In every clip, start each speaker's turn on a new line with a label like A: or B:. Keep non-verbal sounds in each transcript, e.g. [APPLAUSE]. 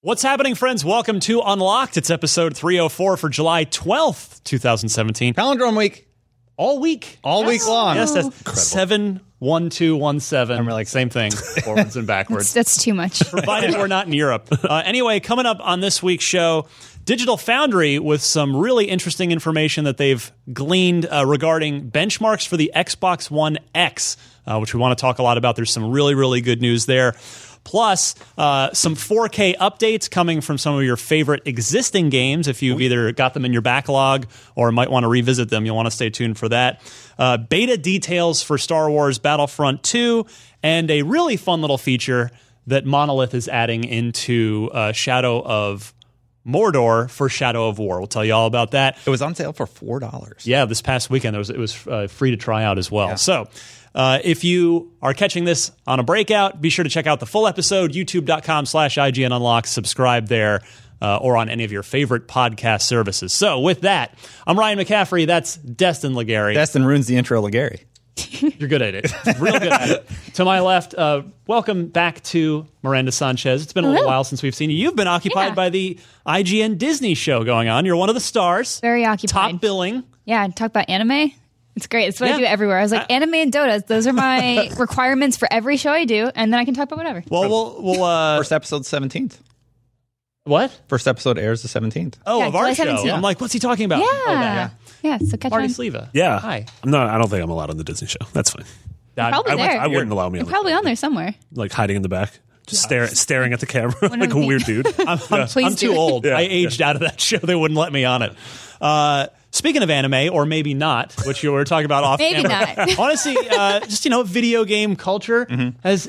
A: What's happening, friends? Welcome to Unlocked. It's episode 304 for July 12th, 2017.
B: Palindrome week,
A: All week.
B: all week long.
A: Yes, that's seven, one, two, one, seven. I'm
B: really excited.
A: Same thing, [LAUGHS] forwards and backwards.
C: That's, that's too much.
A: Provided we're not in Europe. Uh, anyway, coming up on this week's show, Digital Foundry with some really interesting information that they've gleaned uh, regarding benchmarks for the Xbox One X, uh, which we want to talk a lot about. There's some really, really good news there. Plus, uh, some 4K updates coming from some of your favorite existing games. If you've either got them in your backlog or might want to revisit them, you'll want to stay tuned for that. Uh, beta details for Star Wars Battlefront 2, and a really fun little feature that Monolith is adding into uh, Shadow of Mordor for Shadow of War. We'll tell you all about that.
B: It was on sale for four dollars.
A: Yeah, this past weekend it was it was uh, free to try out as well. So. Uh, if you are catching this on a breakout, be sure to check out the full episode, youtube.com slash IGN Unlock. Subscribe there uh, or on any of your favorite podcast services. So, with that, I'm Ryan McCaffrey. That's Destin Legary.
B: Destin ruins the intro, Legary.
A: You're good at it. [LAUGHS] Real good at it. To my left, uh, welcome back to Miranda Sanchez. It's been a little
C: Hello.
A: while since we've seen you. You've been occupied
C: Yeah.
A: by the IGN Disney show going on. You're one of the stars.
C: Very
A: Top
C: occupied.
A: billing.
C: yeah, talk about anime. It's great. It's what
A: Yeah.
C: I do everywhere. I was like, anime and Dota. Those are my requirements for every show I do, and then I can talk about whatever.
A: Well, we'll, we'll uh,
B: First episode seventeenth.
A: what?
B: First episode airs the seventeenth.
A: Oh,
C: Yeah,
A: of our
C: July
A: show.
C: 17th. Yeah.
A: I'm like, what's he talking about?
C: yeah.
A: Oh, that.
C: yeah, So catch
A: Marty
C: on.
A: Sleva.
D: Yeah.
A: Hi.
D: No, I don't think I'm allowed on the Disney show. That's fine.
A: That-
C: Probably
D: I,
C: there.
D: I wouldn't allow me
C: You're
D: on
C: probably on there somewhere.
D: the, like hiding in the back, just stare, staring at the camera
C: One
D: like
C: of
D: a
C: the- [LAUGHS]
D: weird dude.
A: I'm, I'm-
C: Please
A: I'm
C: do
A: too
C: it.
A: old.
D: Yeah,
A: I
D: yeah.
A: aged out of that show. They wouldn't let me on it. Uh, speaking of anime, or maybe not, which you were talking about off
C: Maybe
A: camera.
C: not. [LAUGHS]
A: Honestly, uh, just you know, video game culture
D: Mm-hmm.
A: has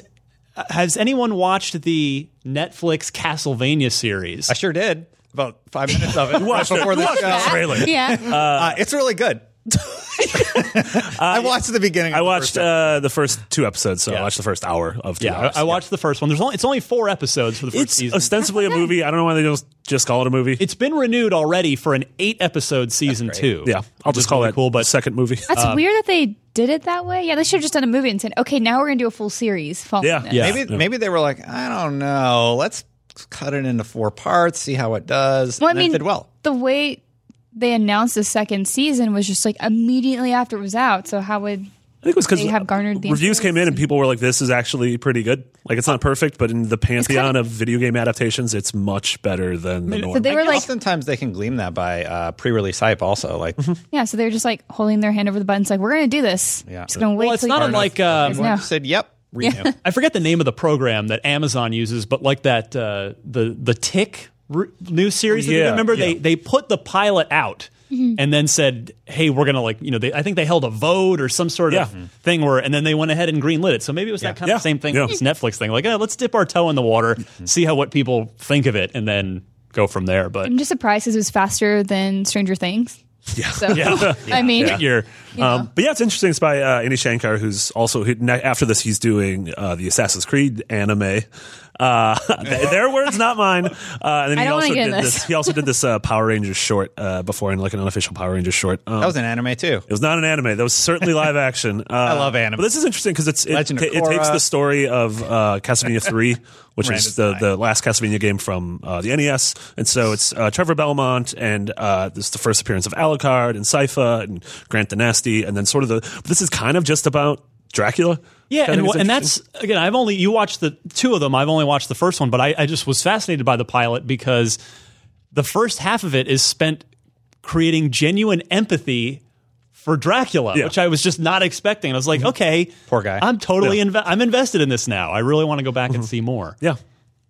A: has anyone watched the Netflix Castlevania series?
B: I sure did. About five minutes
A: [LAUGHS]
B: of it right before this show.
D: Trailer.
C: [LAUGHS] Yeah.
B: Uh, it's really good.
A: Uh,
B: I watched the beginning. Of
D: I
B: the
D: watched
B: first episode.
D: uh, the first two episodes, so
A: Yeah.
D: I watched the first hour of two
A: yeah,
D: hours.
A: I, I watched the first one. There's only it's only four episodes for the first
D: It's
A: season.
D: ostensibly a movie. I don't know why they don't just call it a movie.
A: it's been renewed already for an eight episode season two.
D: yeah, I'll
A: which is
D: just call
A: really
D: it
A: cool. But
D: second movie.
C: That's weird that they did it that way. Yeah, they should have just done a movie and said, okay, now we're going to do a full series. following
D: Yeah,
C: this.
D: yeah.
B: maybe maybe they were like, I don't know. Let's cut it into four parts. See how it does.
C: Well, I
B: And it
C: mean,
B: did well.
C: the way they announced the second season was just like immediately after it was out. So how would
D: [LAUGHS] I think it was because
C: They have garnered the
D: reviews
C: interest
D: came in and people were like, "This is actually pretty good." Like, it's not perfect, but in the pantheon of video game adaptations, it's much better than the norm.
C: so they were like
B: Oftentimes they can glean that by uh, pre-release hype. Also, like
A: Mm-hmm.
C: Yeah, so they're just like holding their hand over the buttons, like we're gonna do this.
B: Yeah.
C: just gonna wait.
A: well, it's
C: till
A: not
C: you-
A: unlike um,
B: everyone
C: No.
B: uh, said, "Yep, renew."
A: I forget the name of the program that Amazon uses, but like that uh, the the Tick r- news series. that they
D: Yeah,
A: remember they
D: yeah.
A: they put the pilot out and then said, "Hey, we're gonna like you know." They, I think they held a vote or some sort
D: Yeah. Mm-hmm.
A: of thing where, and then they went ahead and greenlit it. So maybe it was that kind
D: Yeah.
A: of same thing
D: Yeah. Mm-hmm.
A: with this Netflix thing. Like, eh, let's dip our toe in the water, see how what people think of it, and then go from there. But
C: I'm just surprised because it was faster than Stranger Things. Yeah, so, [LAUGHS] I mean,
A: you're.
D: Um, but yeah, it's interesting. It's by uh, Andy Shankar, who's also who, ne- after this, he's doing uh, the Assassin's Creed anime. Uh, [LAUGHS] their words, not mine. Uh, and then
C: I
D: he
C: don't wanna
D: also
C: get
D: did
C: this.
D: He also did this uh, Power Rangers short uh, before, and like an unofficial Power Rangers short. Um,
B: That was an anime too.
D: it was not an anime. That was certainly live action. Uh, I
B: love anime.
D: But this is interesting because it's it,
B: Legend of
D: it takes
B: Korra.
D: the story of uh, Castlevania three, which
B: Random
D: is the,
B: time.
D: the last Castlevania game from uh, the NES, and so it's uh, Trevor Belmont and uh, this is the first appearance of Alucard and Sypha and Grant the Nasty, and then sort of the. This is kind of just about Dracula.
A: Yeah,
D: Kinda
A: and,
D: think it's
A: wh- and
D: interesting.
A: that's again. I've only you watched the two of them. I've only watched the first one, but I, I just was fascinated by the pilot because the first half of it is spent creating genuine empathy for Dracula,
D: Yeah. Mm-hmm.
A: which I was just not expecting. I was like, okay,
B: Poor guy.
A: I'm totally
D: Yeah. Mm-hmm.
A: inve- I'm invested in this now. I really want to go back and see more.
D: yeah.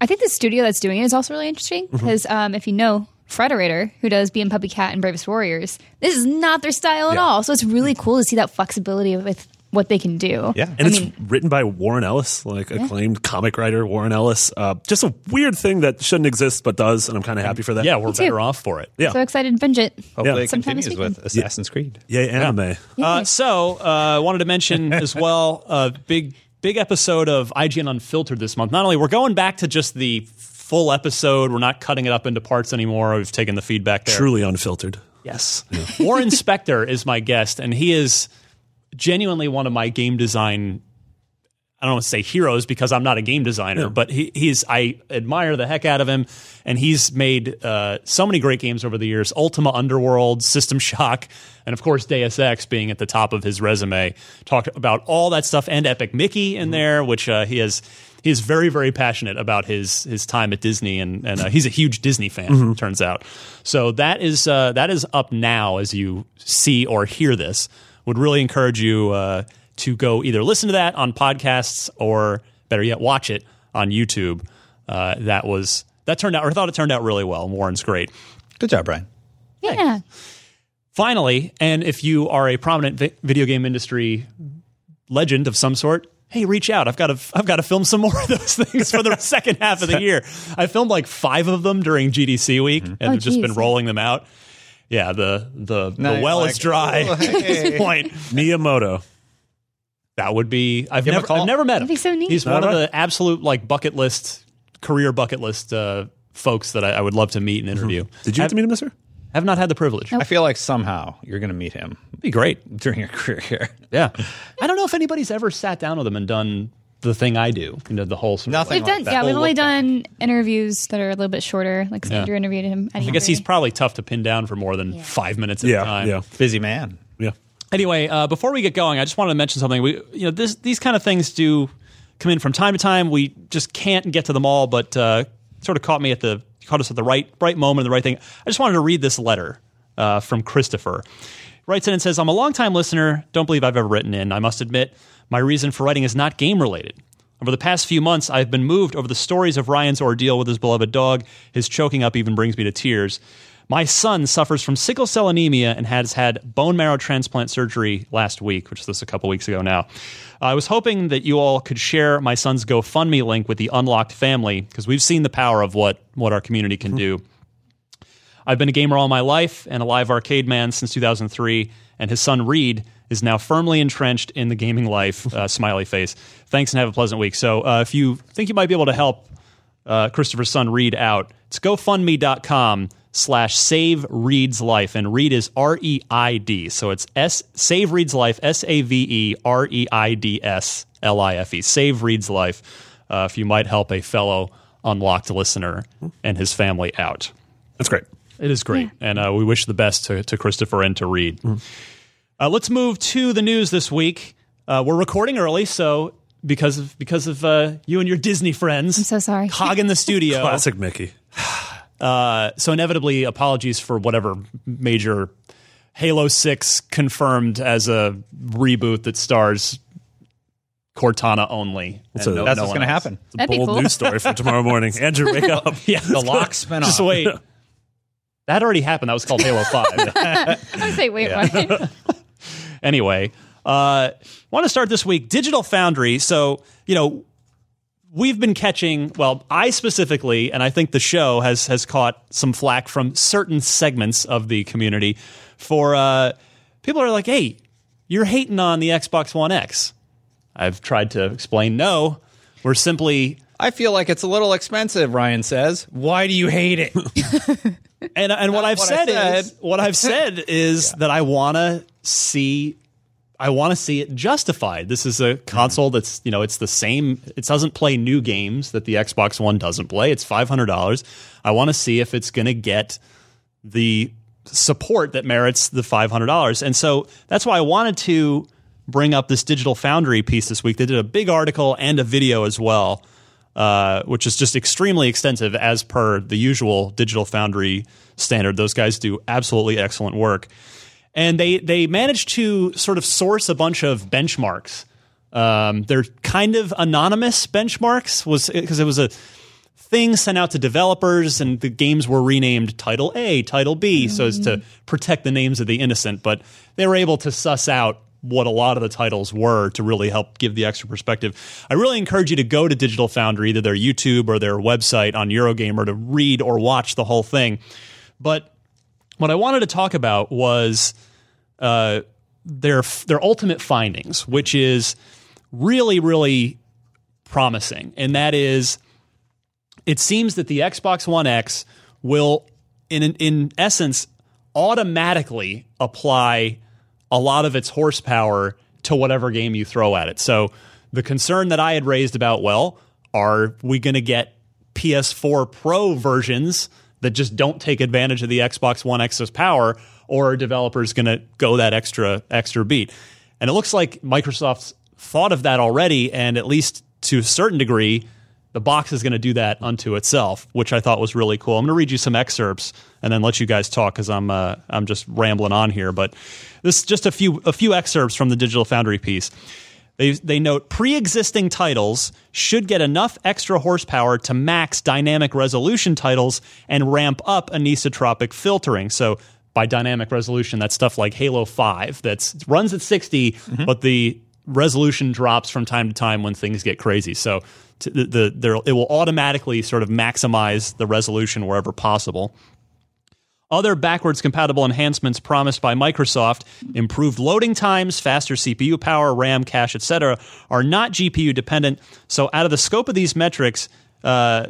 C: I think the studio that's doing it is also really interesting
B: Mm-hmm.
C: because um, if you know Frederator, who does Being Puppy Cat and Bravest Warriors, this is not their style at
D: Yeah.
C: all. So it's really cool to see that flexibility with what they can do.
B: Yeah.
C: I
D: And it's
C: mean,
D: written by Warren Ellis, like acclaimed comic writer Warren Ellis. Uh, just a weird thing that shouldn't exist but does, and I'm kind of happy for that.
A: Yeah, we're
C: too.
A: better off for it.
D: Yeah.
C: so excited to binge it.
B: Hopefully, it
C: Sometimes
B: continues
C: we
B: with Assassin's Creed.
D: Yay, anime.
A: Uh, so uh, I wanted to mention as well a big big episode of IGN Unfiltered this month. Not only we're going back to just the full episode, we're not cutting it up into parts anymore. We've taken the feedback there.
D: Truly unfiltered.
A: Yes. Warren Spector is my guest, and he is genuinely one of my game design I don't want to say heroes because I'm not a game designer, but he, he's I admire the heck out of him, and he's made uh, so many great games over the years: Ultima Underworld, System Shock, and of course Deus Ex being at the top of his resume. Talked about all that stuff and Epic Mickey in there, which uh, he has. He is very, very passionate about his his time at Disney, and and uh, he's a huge Disney fan. Turns out, so that is uh, that is up now as you see or hear this. Would really encourage you uh, to go either listen to that on podcasts or better yet watch it on YouTube. Uh, that was that turned out, or I thought it turned out really well. Warren's great.
B: Good job, Brian.
C: Yeah.
A: Finally, and if you are a prominent vi- video game industry legend of some sort, hey, reach out. I've got to I've got to film some [LAUGHS] more of those things
B: [LAUGHS]
A: for the second half of the year. I filmed like five of them during GDC week,
B: Mm-hmm.
A: and
C: Oh,
A: have just been
C: geez.
A: rolling them out. Yeah, the the, the
B: Nice,
A: well
B: like,
A: is
B: [LAUGHS]
A: dry.
B: oh,
A: at this
B: hey.
A: point,
D: Miyamoto.
A: that would be. I've
B: Give him a
A: never
B: call.
A: I've never met him.
C: That'd be so neat.
A: He's
D: All
A: one of
D: right.
A: the absolute like bucket list career bucket list uh, folks that I, I would love to meet and interview.
D: Mm-hmm. Did you get to meet him this year?
A: Have not had the privilege.
C: Oh.
B: I feel like somehow you're going to meet him [LAUGHS]
A: be great.
B: during your career here.
A: Yeah. I don't know if anybody's ever sat down with them and done the thing I do, you know, the whole sort of,
B: Nothing.
A: like-
C: We've
B: like
C: done,
B: that.
C: yeah, we've
B: We'll
C: only
B: look
C: done interviews that are a little bit shorter. Like Sandra interviewed him. At E
A: I guess he's probably tough to pin down for more than five minutes at a
D: Yeah,
A: time.
D: yeah,
B: Busy man.
D: yeah.
A: Anyway, uh, before we get going, I just wanted to mention something. We, you know, this, these kind of things do come in from time to time. We just can't get to them all, but uh, sort of caught me at the caught us at the right right moment, the right thing. I just wanted to read this letter uh, from Christopher. Writes in and says, "I'm a longtime listener. Don't believe I've ever written in. I must admit, my reason for writing is not game related. Over the past few months, I've been moved over the stories of Ryan's ordeal with his beloved dog. His choking up even brings me to tears. My son suffers from sickle cell anemia and has had bone marrow transplant surgery last week, which was a couple weeks ago now. I was hoping that you all could share my son's GoFundMe link with the Unlocked family because we've seen the power of what, what our community can do. I've been a gamer all my life and a live arcade man since 2003, and his son Reed is now firmly entrenched in the gaming life. Uh, smiley face. Thanks and have a pleasant week. So, uh, if you think you might be able to help uh, Christopher's son Reed out, it's GoFundMe.com slash save Reed's life. And Reed is R E I D. So it's S save Reed's life, S A V E R E I D S L I F E. Save Reed's life. Uh, if you might help a fellow unlocked listener and his family out.
D: That's great.
A: It is great. And uh, we wish the best to, to Christopher and to Reed. Uh, let's move to the news this week. Uh, we're recording early, so because of because of uh, you and your Disney friends. I'm
C: so
A: [LAUGHS]
C: sorry.
A: Hog in the studio.
D: Classic Mickey.
A: Uh, so inevitably, apologies for whatever major Halo Six confirmed as a reboot that stars Cortana only. and
D: So
B: That's what's
D: no
A: one
B: going to
A: else.
B: happen.
D: It's a
C: That'd be
D: bold
C: cool.
D: news story for
C: [LAUGHS]
D: tomorrow morning. Andrew, wake up.
A: Yeah, [LAUGHS]
B: The lock spinoff.
A: Just wait. [LAUGHS] That already happened. That was called Halo [LAUGHS] Five.
C: I was like, wait, what? [LAUGHS]
A: anyway, uh, want to start this week Digital Foundry. So you know we've been catching. Well, I specifically, and I think the show has has caught some flack from certain segments of the community for uh, people are like, hey, you're hating on the Xbox One X. I've tried to explain. No, we're simply
B: I feel like it's a little expensive, Ryan says. Why do you hate [LAUGHS] it?
A: and and what I've
B: what I
A: said, is
B: said.
A: what I've
B: [LAUGHS]
A: said is that I want to see I want to see it justified. This is
B: Mm-hmm.
A: a console that's you know it's the same. It doesn't play new games that the Xbox One doesn't play. It's five hundred dollars. I want to see if it's going to get the support that merits the five hundred dollars. And so that's why I wanted to bring up this Digital Foundry piece this week. They did a big article and a video as well, uh, which is just extremely extensive as per the usual Digital Foundry standard. Those guys do absolutely excellent work, and they they managed to sort of source a bunch of benchmarks. Um, they're kind of anonymous benchmarks, was because it was a thing sent out to developers, and the games were renamed Title A, Title B, so as to protect the names of the innocent. But they were able to suss out what a lot of the titles were to really help give the extra perspective. I really encourage you to go to Digital Foundry, either their YouTube or their website on Eurogamer, to read or watch the whole thing. But what I wanted to talk about was uh, their their ultimate findings, which is really really promising, and that is it seems that the Xbox One X will, in in essence, automatically apply a lot of its horsepower to whatever game you throw at it. So the concern that I had raised about, well, are we going to get PS4 Pro versions that just don't take advantage of the Xbox One X's power, or are developers going to go that extra extra beat? And it looks like Microsoft's thought of that already, and at least to a certain degree, the box is going to do that unto itself, which I thought was really cool. I'm going to read you some excerpts and then let you guys talk because I'm uh, I'm just rambling on here. But this is just a few a few excerpts from the Digital Foundry piece. They they note pre-existing titles should get enough extra horsepower to max dynamic resolution titles and ramp up anisotropic filtering. So by dynamic resolution, that's stuff like Halo Five that's it runs at 60, but the resolution drops from time to time when things get crazy. So t- the, the there it will automatically sort of maximize the resolution wherever possible. Other backwards compatible enhancements promised by Microsoft, improved loading times, faster CPU power, RAM, cache, etc., are not GPU dependent. So out of the scope of these metrics, uh,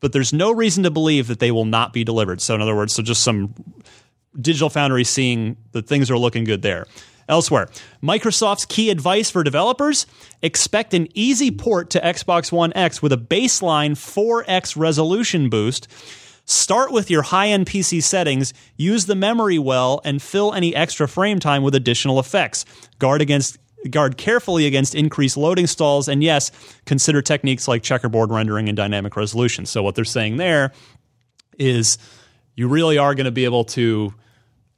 A: but there's no reason to believe that they will not be delivered. So in other words, so just some Digital Foundry seeing that things are looking good there. Elsewhere, Microsoft's key advice for developers expect an easy port to Xbox One X with a baseline 4X resolution boost. Start with your high end PC settings, use the memory well, and fill any extra frame time with additional effects. Guard against guard carefully against increased loading stalls and yes consider techniques like checkerboard rendering and dynamic resolution so what they're saying there is you really are going to be able to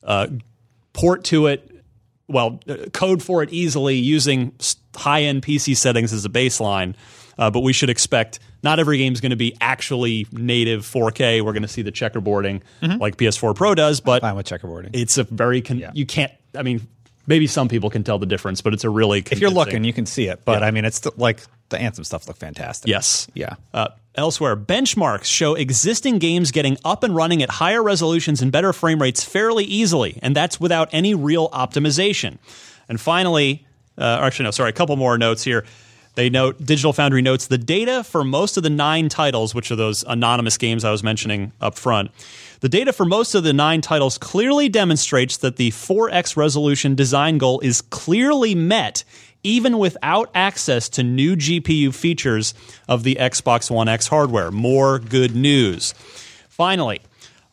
A: uh, port to it, well, uh, code for it easily using high end PC settings as a baseline. Uh, but we should expect not every game is going to be actually native 4K. We're going to see the checkerboarding like PS4 Pro does, but
B: Mm-hmm. Fine with checkerboarding.
A: it's a very con- you can't. I mean, maybe some people can tell the difference, but it's a really
B: if you're looking, you can see it. But I mean, it's th- like the Anthem stuff looked fantastic.
A: Yes.
B: Yeah.
A: Uh, elsewhere, benchmarks show existing games getting up and running at higher resolutions and better frame rates fairly easily, and that's without any real optimization. And finally, uh, or actually, no, sorry, a couple more notes here. They note Digital Foundry notes the data for most of the nine titles, which are those anonymous games I was mentioning up front. The data for most of the nine titles clearly demonstrates that the 4x resolution design goal is clearly met even without access to new GPU features of the Xbox One X hardware. More good news. Finally,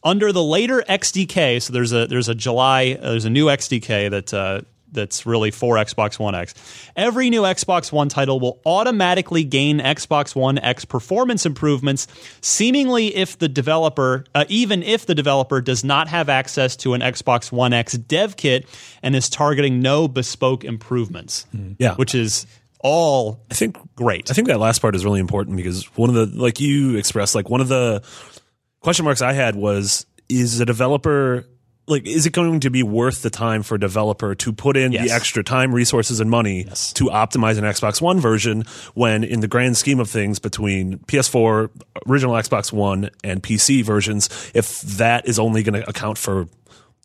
A: under the later XDK, so there's a there's a July uh, there's a new XDK that uh, that's really for Xbox One X. Every new Xbox One title will automatically gain Xbox One X performance improvements, seemingly if the developer uh, even if the developer does not have access to an Xbox One X dev kit and is targeting no bespoke improvements.
D: Yeah.
A: which is all
D: I think
A: great.
D: I think that last part is really important because one of the like you expressed like one of the question marks I had was is a developer like is it going to be worth the time for a developer to put in
A: Yes.
D: the extra time, resources, and money to optimize an Xbox One version when, in the grand scheme of things, between PS4 original Xbox One and PC versions, if that is only going to account for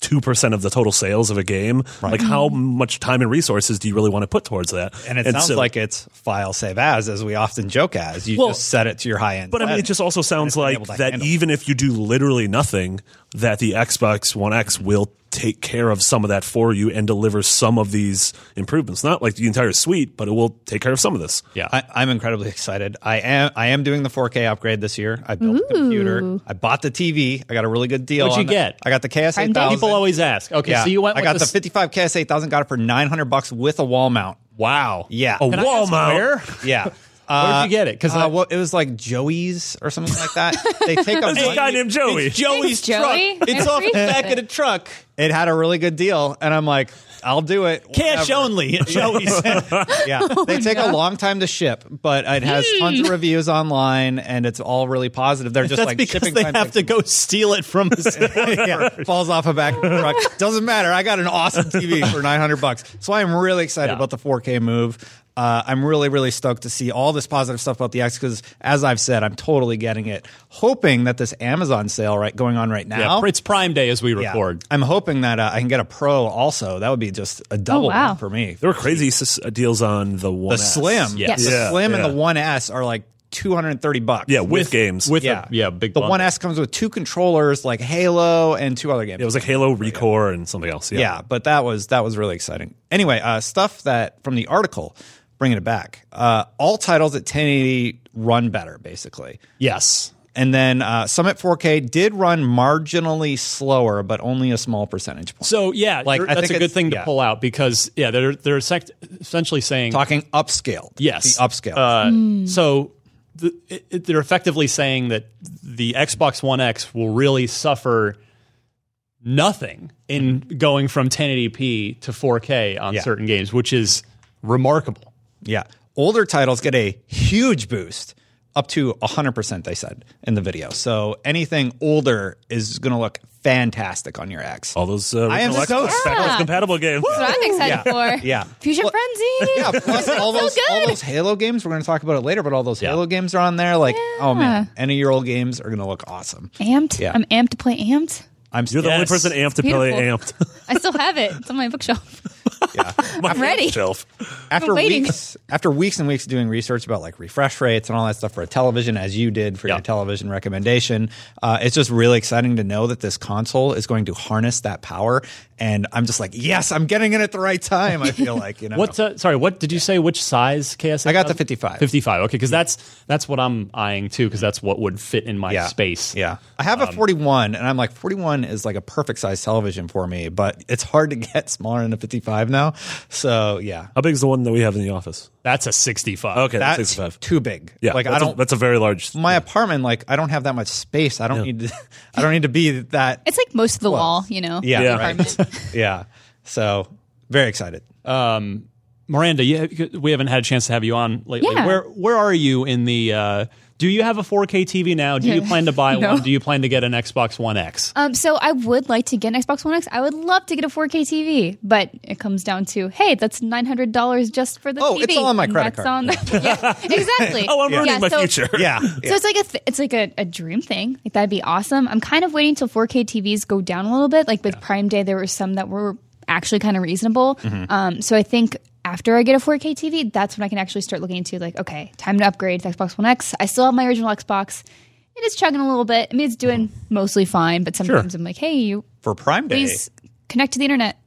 D: two percent of the total sales of a game, like how much time and resources do you really want to put towards that?
B: And it sounds
D: so-
B: like it's file save as, as we often joke as. You
D: Well,
B: just set it to your high end.
D: But I mean, it
B: setting.
D: just also sounds
B: been
D: like
B: able to
D: that
B: handle.
D: even if you do literally nothing, that the Xbox One X will take care of some of that for you and deliver some of these improvements. Not like the entire suite, but it will take care of some of this.
A: Yeah.
B: I, I'm incredibly excited. I am. I am doing the 4K upgrade this year. I built the computer. I bought the TV. I got a really good deal.
A: What'd you
B: on it.
A: get?
B: I got the KS
C: Prime Day?
B: 8000.
A: People always ask. Okay,
B: Yeah.
A: so you went.
B: I
A: with
B: got
A: the
B: the 55 KS 8000. Got it for 900 bucks with a wall mount.
A: Wow.
B: Yeah.
D: A
A: Can I
D: wall
A: ask
D: mount.
A: where?
B: Yeah.
A: [LAUGHS] Where'd you get it? 'Cause
B: uh,
A: I-
B: well, it was like Joey's or something like that. They take a
D: There's a guy named Joey.
A: Joey's
C: Thanks, Joey.
A: truck. It's
C: I
A: off the
C: appreciate
A: back of
C: it.
A: the truck.
B: It had a really good deal, and I'm like, I'll do it.
A: Cash
B: whatever.
A: only. at Joey's. [LAUGHS]
B: Yeah,
A: Oh,
B: they take a long time to ship, but it has tons of reviews online, and it's all really positive. They're just
A: Hmm. That's
B: like
A: because
B: shipping
A: they
B: time
A: have to
B: takes-
A: go steal it from [LAUGHS] us.
B: [LAUGHS] Yeah, falls off a back of the truck. Doesn't matter. I got an awesome
A: [LAUGHS]
B: TV for 900 bucks. So I'm really excited
A: Yeah.
B: about the 4K move. Uh, I'm really, really stoked to see all this positive stuff about the X because, as I've said, I'm totally getting it. Hoping that this Amazon sale right going on right now.
A: yeah, it's Prime Day as we
B: Yeah.
A: record.
B: I'm hoping that uh, I can get a pro also. That would be just
A: Oh,
B: a double
C: wow.
B: win for me.
D: There were crazy s- uh, deals on the One
B: The
D: S.
B: slim,
A: Yes.
B: the
D: Yeah,
B: slim,
D: yeah.
B: and the one S are like 230 bucks.
D: Yeah, with, games.
A: With
B: yeah,
A: a yeah, big
B: The
A: bundle.
B: one S comes with two controllers, like Halo and two other games.
D: it was like Halo Recore and something else. Yeah.
B: yeah, but that was that was really exciting. Anyway, uh, stuff that from the article. bringing it back. Uh, all titles at 1080 run better, basically.
A: Yes.
B: And then uh, Summit 4K did run marginally slower, but only a small percentage point.
A: So yeah,
B: Like,
A: you're-
B: I
A: that's
B: think
A: a good
B: it's-
A: thing to
B: yeah.
A: pull out because yeah, they're they're sec- essentially saying
B: Talking upscaled.
A: Yes.
B: The upscale.
A: Uh, So the, it, it- they're effectively saying that the Xbox One X will really suffer nothing in going from 1080p to 4K on
B: Yeah.
A: certain games, which is remarkable.
B: yeah. Older titles get a huge boost, up to 100%, they said in the video. So anything older is going to look fantastic on your X.
D: All those uh,
B: I am
D: original
B: so
D: Xbox
B: excited.
D: backwards compatible games.
C: That's what I'm excited
B: Yeah.
C: for.
B: Yeah.
C: Fusion Frenzy.
B: Yeah,
C: [LAUGHS]
B: plus all
C: so
B: those all
C: good.
B: those Halo games. We're going to talk about it later, but all those Halo games are on there. Like, oh man, any year old games are going to look awesome.
C: Amped.
B: Yeah.
C: I'm amped to play Amped.
B: I'm
D: You're the only
A: Yes.
D: person amped to play
C: Beautiful.
D: amped. [LAUGHS]
C: I still have it. It's on my bookshelf.
D: My
C: ready.
D: Shelf.
B: after
C: I'm waiting.
B: weeks after weeks and weeks doing research about like refresh rates and all that stuff for a television, as you did for
A: Yeah.
B: your television recommendation. Uh, it's just really exciting to know that this console is going to harness that power. And I'm just like, yes, I'm getting it at the right time. I feel like you know.
A: What's uh, sorry? What did you say? Which size KS?
B: I got the 55.
A: 55. Okay, because that's that's what I'm eyeing too. Because that's what would fit in my space.
B: Yeah. I have a 41, and I'm like, 41 is like a perfect size television for me, but it's hard to [LAUGHS] get smaller than a 55 now. So, yeah.
D: How big is the one that we have in the office?
A: That's a 65.
D: Okay, that's,
B: That's
D: 65.
B: too big.
D: Yeah,
B: Like,
D: that's
B: I don't.
D: A, that's a very large.
B: my apartment, like I don't have that much space. I don't need to, [LAUGHS] I don't need to be that.
C: It's like most of the wall, you know.
B: Yeah,
D: Yeah.
B: right. [LAUGHS] yeah. So very excited.
A: Miranda, you, we haven't had a chance to have you on lately.
C: Yeah.
A: Where where are you in the? Uh, do you have a 4K TV now? Do you
C: [LAUGHS] Yeah.
A: plan to buy
C: No.
A: one? Do you plan to get an Xbox One X?
C: Um, so I would like to get an Xbox One X. I would love to get a 4K TV, but it comes down to hey, that's nine hundred dollars just for the
B: Oh,
C: TV.
B: it's all on my
C: and
B: credit card.
C: that's on the- [LAUGHS] yeah, exactly.
D: [LAUGHS] oh, I'm ruining
C: Yeah,
D: my
C: so-
D: future.
B: Yeah.
C: So it's like a th- it's like a, a dream thing. Like that'd be awesome. I'm kind of waiting till 4K TVs go down a little bit. Like with Prime Day, there were some that were actually kind of reasonable. Um, so I think after I get a 4K TV, that's when I can actually start looking into like, okay, time to upgrade to Xbox One X. I still have my original Xbox. It is chugging a little bit. I mean, it's doing mostly fine, but sometimes I'm like, hey, you
B: For Prime Day.
C: please connect to the internet.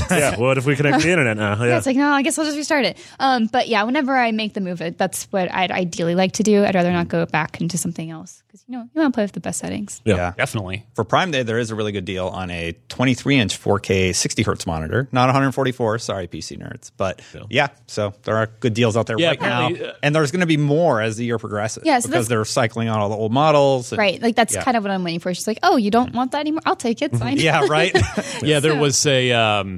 B: [LAUGHS]
D: yeah. What if we connect the internet now?
C: Yeah,
D: Yeah.
C: it's like, no, I guess I'll just restart it. Um, but yeah, whenever I make the move, it, that's what I'd ideally like to do. I'd rather not go back into something else because you know you want to play with the best settings.
B: Yeah.
A: Definitely.
B: For Prime Day, there is a really good deal on a 23 inch 4K 60 hertz monitor, not 144. Sorry, PC nerds, but yeah. So there are good deals out there
A: Yeah,
B: right now,
A: apparently, uh,
B: and there's going to be more as the year progresses.
C: Yeah, so
B: because
C: that's-
B: they're cycling out all the old models. and-
C: Right, like that's
B: Yeah.
C: kind of what I'm waiting for. She's like, oh, you don't want that anymore? I'll take it. Fine.
B: Yeah. Right.
A: Yeah, there was a um,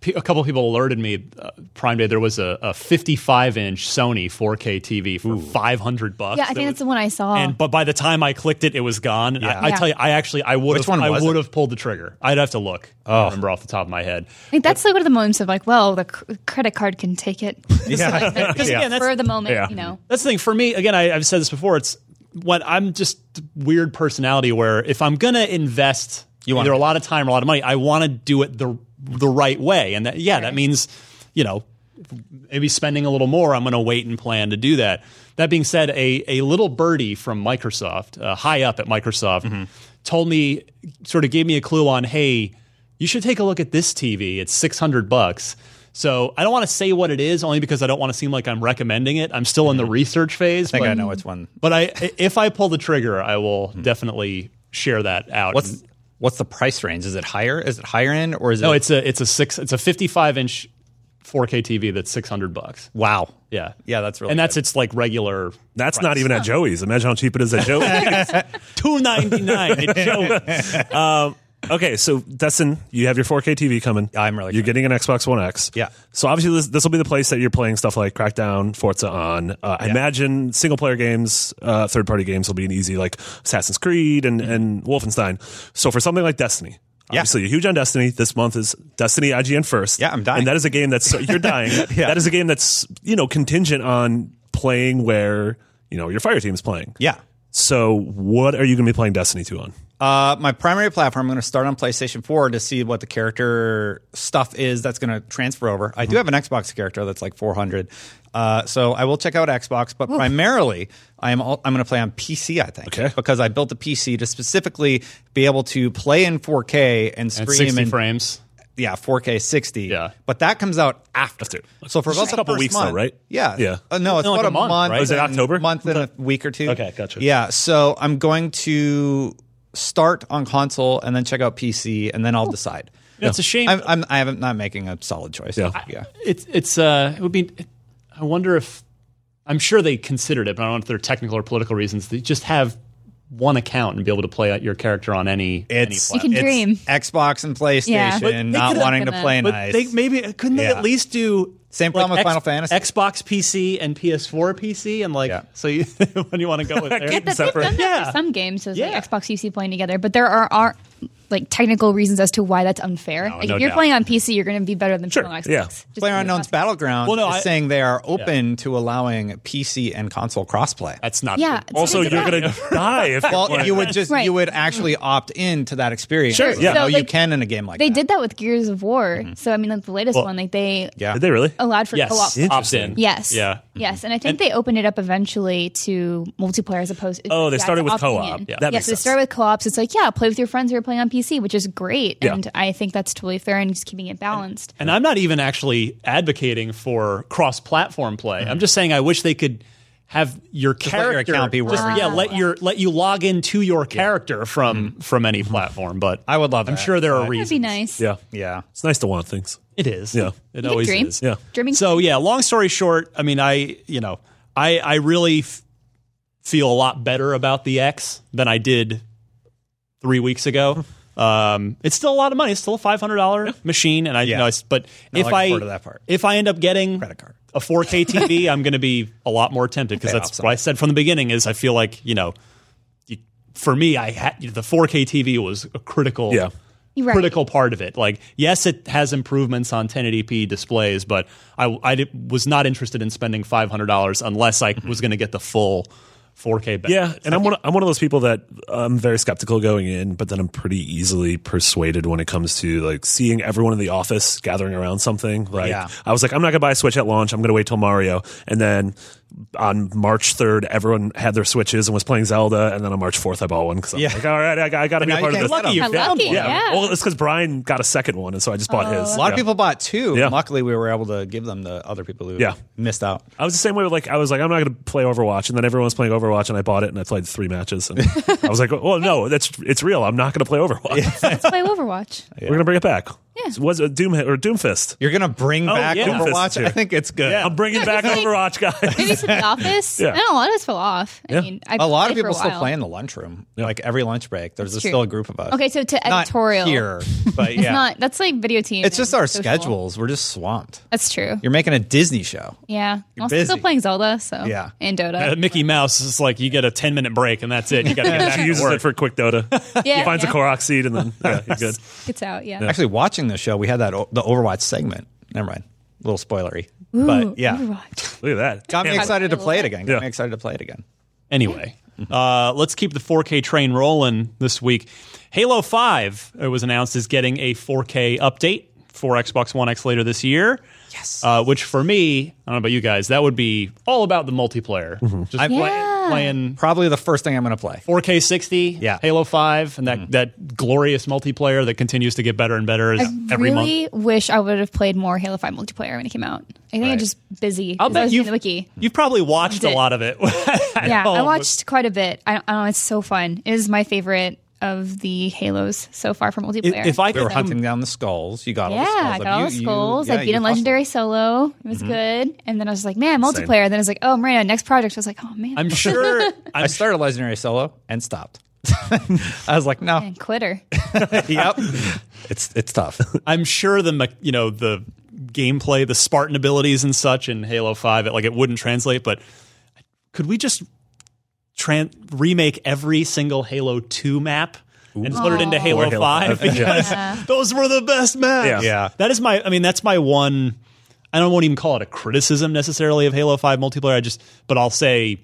A: pe- a couple people alerted me uh, Prime Day. There was a, a 55 inch Sony 4K TV for 500 bucks.
C: [LAUGHS] yeah. I
A: That
C: think
A: was-
C: that's the one I saw.
A: And but by the time I clicked it, it was gone. And I, I
C: Oh. Yeah.
A: tell you, I actually I would
B: Which
A: have
B: one
A: I
B: was
A: would
B: it? Oh.
A: have pulled the trigger. I'd have to look. I don't remember off the top of my head.
C: I think that's like one of the moments of like, well, the cr- credit card can take it. [LAUGHS]
B: yeah.
A: again, that's-
C: for the moment,
D: Yeah.
C: you know.
A: That's the thing for me. Again, I, I've said this before. It's what I'm just weird personality where if I'm gonna invest
B: You wanna
A: either a
B: do
A: lot of time or a lot of money, I want to do it the the right way. And that yeah, that means you know maybe spending a little more. I'm gonna wait and plan to do that. That being said, a a little birdie from Microsoft, uh, high up at Microsoft,
B: Mm-hmm.
A: told me sort of gave me a clue on hey, you should take a look at this TV. It's 600 bucks. So I don't want to say what it is, only because I don't want to seem like I'm recommending it. I'm still in the research phase.
B: Mm-hmm. I think
A: but,
B: I know which one.
A: But I, if I pull the trigger, I will definitely share that out.
B: What's what's the price range? Is it higher? Is it higher end or is it?
A: no? It's a it's a six it's a 55 inch 4K TV that's 600 bucks.
B: wow.
A: Yeah,
B: Yeah, that's really
A: and that's
B: good.
A: its like regular
D: That's not even at Joey's. Imagine how cheap it is
B: [LAUGHS]
D: at Joey's.
A: 299 at Joey.
D: okay, so Destin, you have your 4K TV coming.
B: I'm really
D: You're getting an Xbox One X.
B: Yeah.
D: So obviously this this will be the place that you're playing stuff like Crackdown, Forza on. Uh, I imagine single player games, uh, third party games will be an easy like Assassin's Creed and and Wolfenstein. So for something like Destiny.
B: Yeah.
D: Obviously, you're huge on Destiny. This month is Destiny IGN first.
B: Yeah, I'm dying.
D: And that is a game that's
B: [LAUGHS]
D: you're dying.
B: Yeah.
D: That is a game that's you know contingent on playing where you know your fire team's playing.
B: Yeah.
D: So, what are you going to be playing Destiny 2 on?
B: Uh, my primary platform, I'm going to start on PlayStation 4 to see what the character stuff is that's going to transfer over. I do have an Xbox character that's like 400, uh, so I will check out Xbox. But primarily, I'm all, I'm going to play on PC. I think
D: Okay.
B: because I built a PC to specifically be able to play in 4K and
A: At
B: stream
A: 60
B: and
A: frames.
B: yeah, 4K 60.
D: Yeah.
B: But that comes out after. So for
D: It's just
B: Velvet
D: a couple
B: first
D: weeks though,
B: month-
D: right?
B: Yeah.
D: Yeah.
B: Uh, no, it's
A: No, like
B: about
A: a
B: a,
A: month,
B: month.
A: right?
D: Is it
B: and-
D: October?
B: Month and a week or two.
D: Okay, gotcha.
B: Yeah. So I'm going to start on console and then check out PC and then I'll decide.
A: It's a shame.
B: I'm, I'm I haven't not making a solid choice.
D: Yeah.
B: yeah.
A: it's it's uh it would be i wonder if i'm sure they considered it but i don't know if there are technical or political reasons they just have one account and be able to play out your character on any any
B: It's,
A: platform.
C: You can
B: it's
C: dream.
B: Xbox and
C: Yeah.
B: PlayStation
C: But they
B: not
A: could've-
B: wanting to
C: Gonna-
B: play
A: but
B: nice.
A: they maybe couldn't they
B: Yeah.
A: at least do
B: Same problem with Final Fantasy.
A: xbox pc and ps4 pc and like
B: Yeah.
A: so you [LAUGHS] when you want to go [LAUGHS] with there
D: Get the-
C: But they've
D: separate.
C: done that
A: Yeah.
C: for some games, so it's
A: Yeah.
C: like Xbox UC playing together. But there are, are like technical reasons as to why that's unfair. like,
A: no
C: if you're
A: doubt.
C: playing on PC, you're going to be better than people on Xbox.
D: yeah.
C: Just
B: PlayerUnknown's Battleground
A: Well, no,
B: is
A: I-
B: saying they are open to allowing PC and console crossplay.
A: that's not
C: Yeah.
A: true.
C: it's-
D: Also,
C: it's
D: you're
C: about-
D: going to [LAUGHS] die if you
B: Well,
D: play.
B: you would just
C: Right.
B: you would actually opt in to that experience.
D: Sure, yeah.
B: No,
C: So,
B: you
C: like,
B: can in a game like
C: They
B: that.
C: did that with Gears of War. So I mean, like the latest one, like they
B: Yeah.
D: Did they really?
C: allowed for co-op.
A: yes opt
D: Interesting.
A: in
C: Yes.
A: yeah
C: Yes,
D: Mm-hmm.
C: and I think they opened it up eventually to multiplayer as opposed.
D: Oh, they
C: yeah,
D: started
C: to
D: with
C: opting
D: co-op.
C: in.
D: Yeah,
C: yes,
D: that makes
C: they
D: sense.
C: started with co-ops. It's like yeah, play with your friends who are playing on PC, which is great,
D: Yeah.
C: and I think that's totally fair and just keeping it balanced.
A: And I'm not even actually advocating for cross-platform play. I'm just saying I wish they could have your
B: let your
A: character
B: account be wherever
A: just-
B: you Mm-hmm.
A: yeah, let your let you log into your character from from any platform. But
B: I would love
A: I'm
B: that.
A: sure there are
C: That'd
A: reasons.
C: be nice.
D: Yeah.
B: yeah.
D: It's nice to want things.
A: It is.
D: Yeah.
A: it
C: could
A: always
C: dream.
A: is.
D: Yeah.
C: Dreaming.
A: So yeah, long story short, I mean, I you know, I I really f- feel a lot better about the X than I did three weeks ago. Um, it's still a lot of money. It's still a five hundred dollar machine, and I you
B: Hmm. Yeah.
A: know, it's, but if
B: looking
A: I
B: forward to that part.
A: if I end up getting
B: Credit card.
A: a
B: [LAUGHS]
A: 4K TV, I'm going to be a lot more tempted because
B: Okay,
A: that's
B: awesome.
A: what I said from the beginning. Is I feel like you know, you, for me, I had the 4K TV was a critical
D: Yeah.
C: You're right.
A: critical part of it. Like, yes, it has improvements on 1080p displays, but I, I di- was not interested in spending $500 unless I was going to get the full 4K. Back.
D: Yeah, and I'm one. I'm one of those people that I'm very skeptical going in, but then I'm pretty easily persuaded when it comes to like seeing everyone in the office gathering around something. Like
B: Yeah.
D: I was like, I'm not gonna buy a Switch at launch. I'm gonna wait till Mario, and then on March 3rd, everyone had their Switches and was playing Zelda, and then on March 4th, I bought one because I'm
B: Yeah.
D: like, all right, I, got to be
B: now
D: a
B: you
D: part of
B: can't
D: this.
B: let 'em.
A: you
C: Lucky,
A: found one.
C: yeah.
D: well, it's because Brian got a second one, and so I just bought
C: Oh,
D: his.
B: A lot
D: Yeah.
B: of people bought two.
D: Yeah.
B: Luckily, we were able to give them to other people who
D: Yeah.
B: missed out.
D: I was the same way. With like I was like, I'm not going to play Overwatch, and then everyone was playing Overwatch, and I bought it, and I played three matches,
C: [LAUGHS]
D: and I was like, well, no, that's it's real. I'm not going to play Overwatch.
C: Let's play Overwatch.
D: [LAUGHS] We're going to bring it back.
C: Yeah.
D: Was it Doom or Doomfist?
B: You're gonna bring back
D: yeah. Fist
B: Overwatch.
D: too.
B: I think it's good.
D: I'm bringing back
C: like- [LAUGHS]
D: Overwatch, guys.
C: Maybe to the office.
D: Yeah.
C: I know a lot of us fell off. I
D: Yeah.
C: mean, I
B: A lot of
C: played for
B: people
C: a
B: still
C: while.
B: play in the lunchroom. Like every lunch break, there's
C: That's
B: still
C: true.
B: a group of us.
C: Okay, so to
B: Not
C: editorial,
B: here, but yeah,
C: it's not. That's like video team.
B: it's just
C: and
B: our
C: social.
B: schedules. We're just swamped.
C: That's true.
B: You're making a Disney show.
C: yeah, I'm still
B: busy.
C: playing Zelda. So
B: Yeah.
C: and
A: Uh,
C: Dota.
A: Mickey Mouse is like, you get a 10 minute break and that's it. You got to get back
D: She
A: to
D: [LAUGHS] uses
A: work.
D: it for quick Dota.
C: [LAUGHS] Yeah,
D: he finds
C: yeah.
D: a Korok seed, and then yeah, he's good.
C: It's out. Yeah.
B: Actually, watching the show, we had that o- the Overwatch segment. Never mind, a little spoilery, but yeah,
C: Overwatch. [LAUGHS]
D: Look at that.
B: got me
D: Damn.
B: excited to play it again. Got
D: Yeah.
B: me excited to play it again.
A: Anyway, uh, let's keep the 4K train rolling this week. Halo 5, it was announced, is getting a 4K update for Xbox One X later this year. Yes. Uh, which for me, I don't know about you guys, that would be all about the multiplayer. Just play-
C: Yeah.
A: playing
B: Probably the first thing I'm going to play.
A: 4K 60,
B: Yeah.
A: Halo 5, and that, that glorious multiplayer that continues to get better and better as, every month.
C: really wish I would have played more Halo Five multiplayer when it came out. I think I'm
B: Right.
C: just busy.
A: I'll
C: I was
A: bet
C: doing
A: you've,
C: the wiki.
A: you've probably watched a
C: Did.
A: lot of it. [LAUGHS]
C: Yeah, I
A: home.
C: watched quite a bit. I, I don't know. It's so fun. It is my favorite of the Halos so far for multiplayer.
A: if I
B: We were
A: could
B: hunting down the skulls. You got all the
C: Yeah,
B: skulls.
C: I
B: up.
C: got all
B: You-
C: the
B: you-
C: skulls.
B: yeah,
C: I
B: you
C: beat on
B: hustled.
C: legendary solo. It was good. And then I was like, man, multiplayer. Then I was like, oh, Miranda, next project. I was like, oh man,
A: I'm [LAUGHS] sure.
B: I
A: I'm
B: started legendary solo and stopped. [LAUGHS] I was like, no,
C: and quitter.
B: yep, it's it's tough.
A: I'm sure the mech- you know the gameplay, the Spartan abilities and such in Halo Five, it, like it wouldn't translate. But could we just tran- remake every single Halo Two map and put it into Halo,
D: Or Halo
A: Five? [LAUGHS]
D: 5, yeah.
A: Because those were the best maps.
D: Yeah.
B: Yeah.
A: that is my. I mean, that's my one. I don't won't even call it a criticism necessarily of Halo Five multiplayer. I just, but I'll say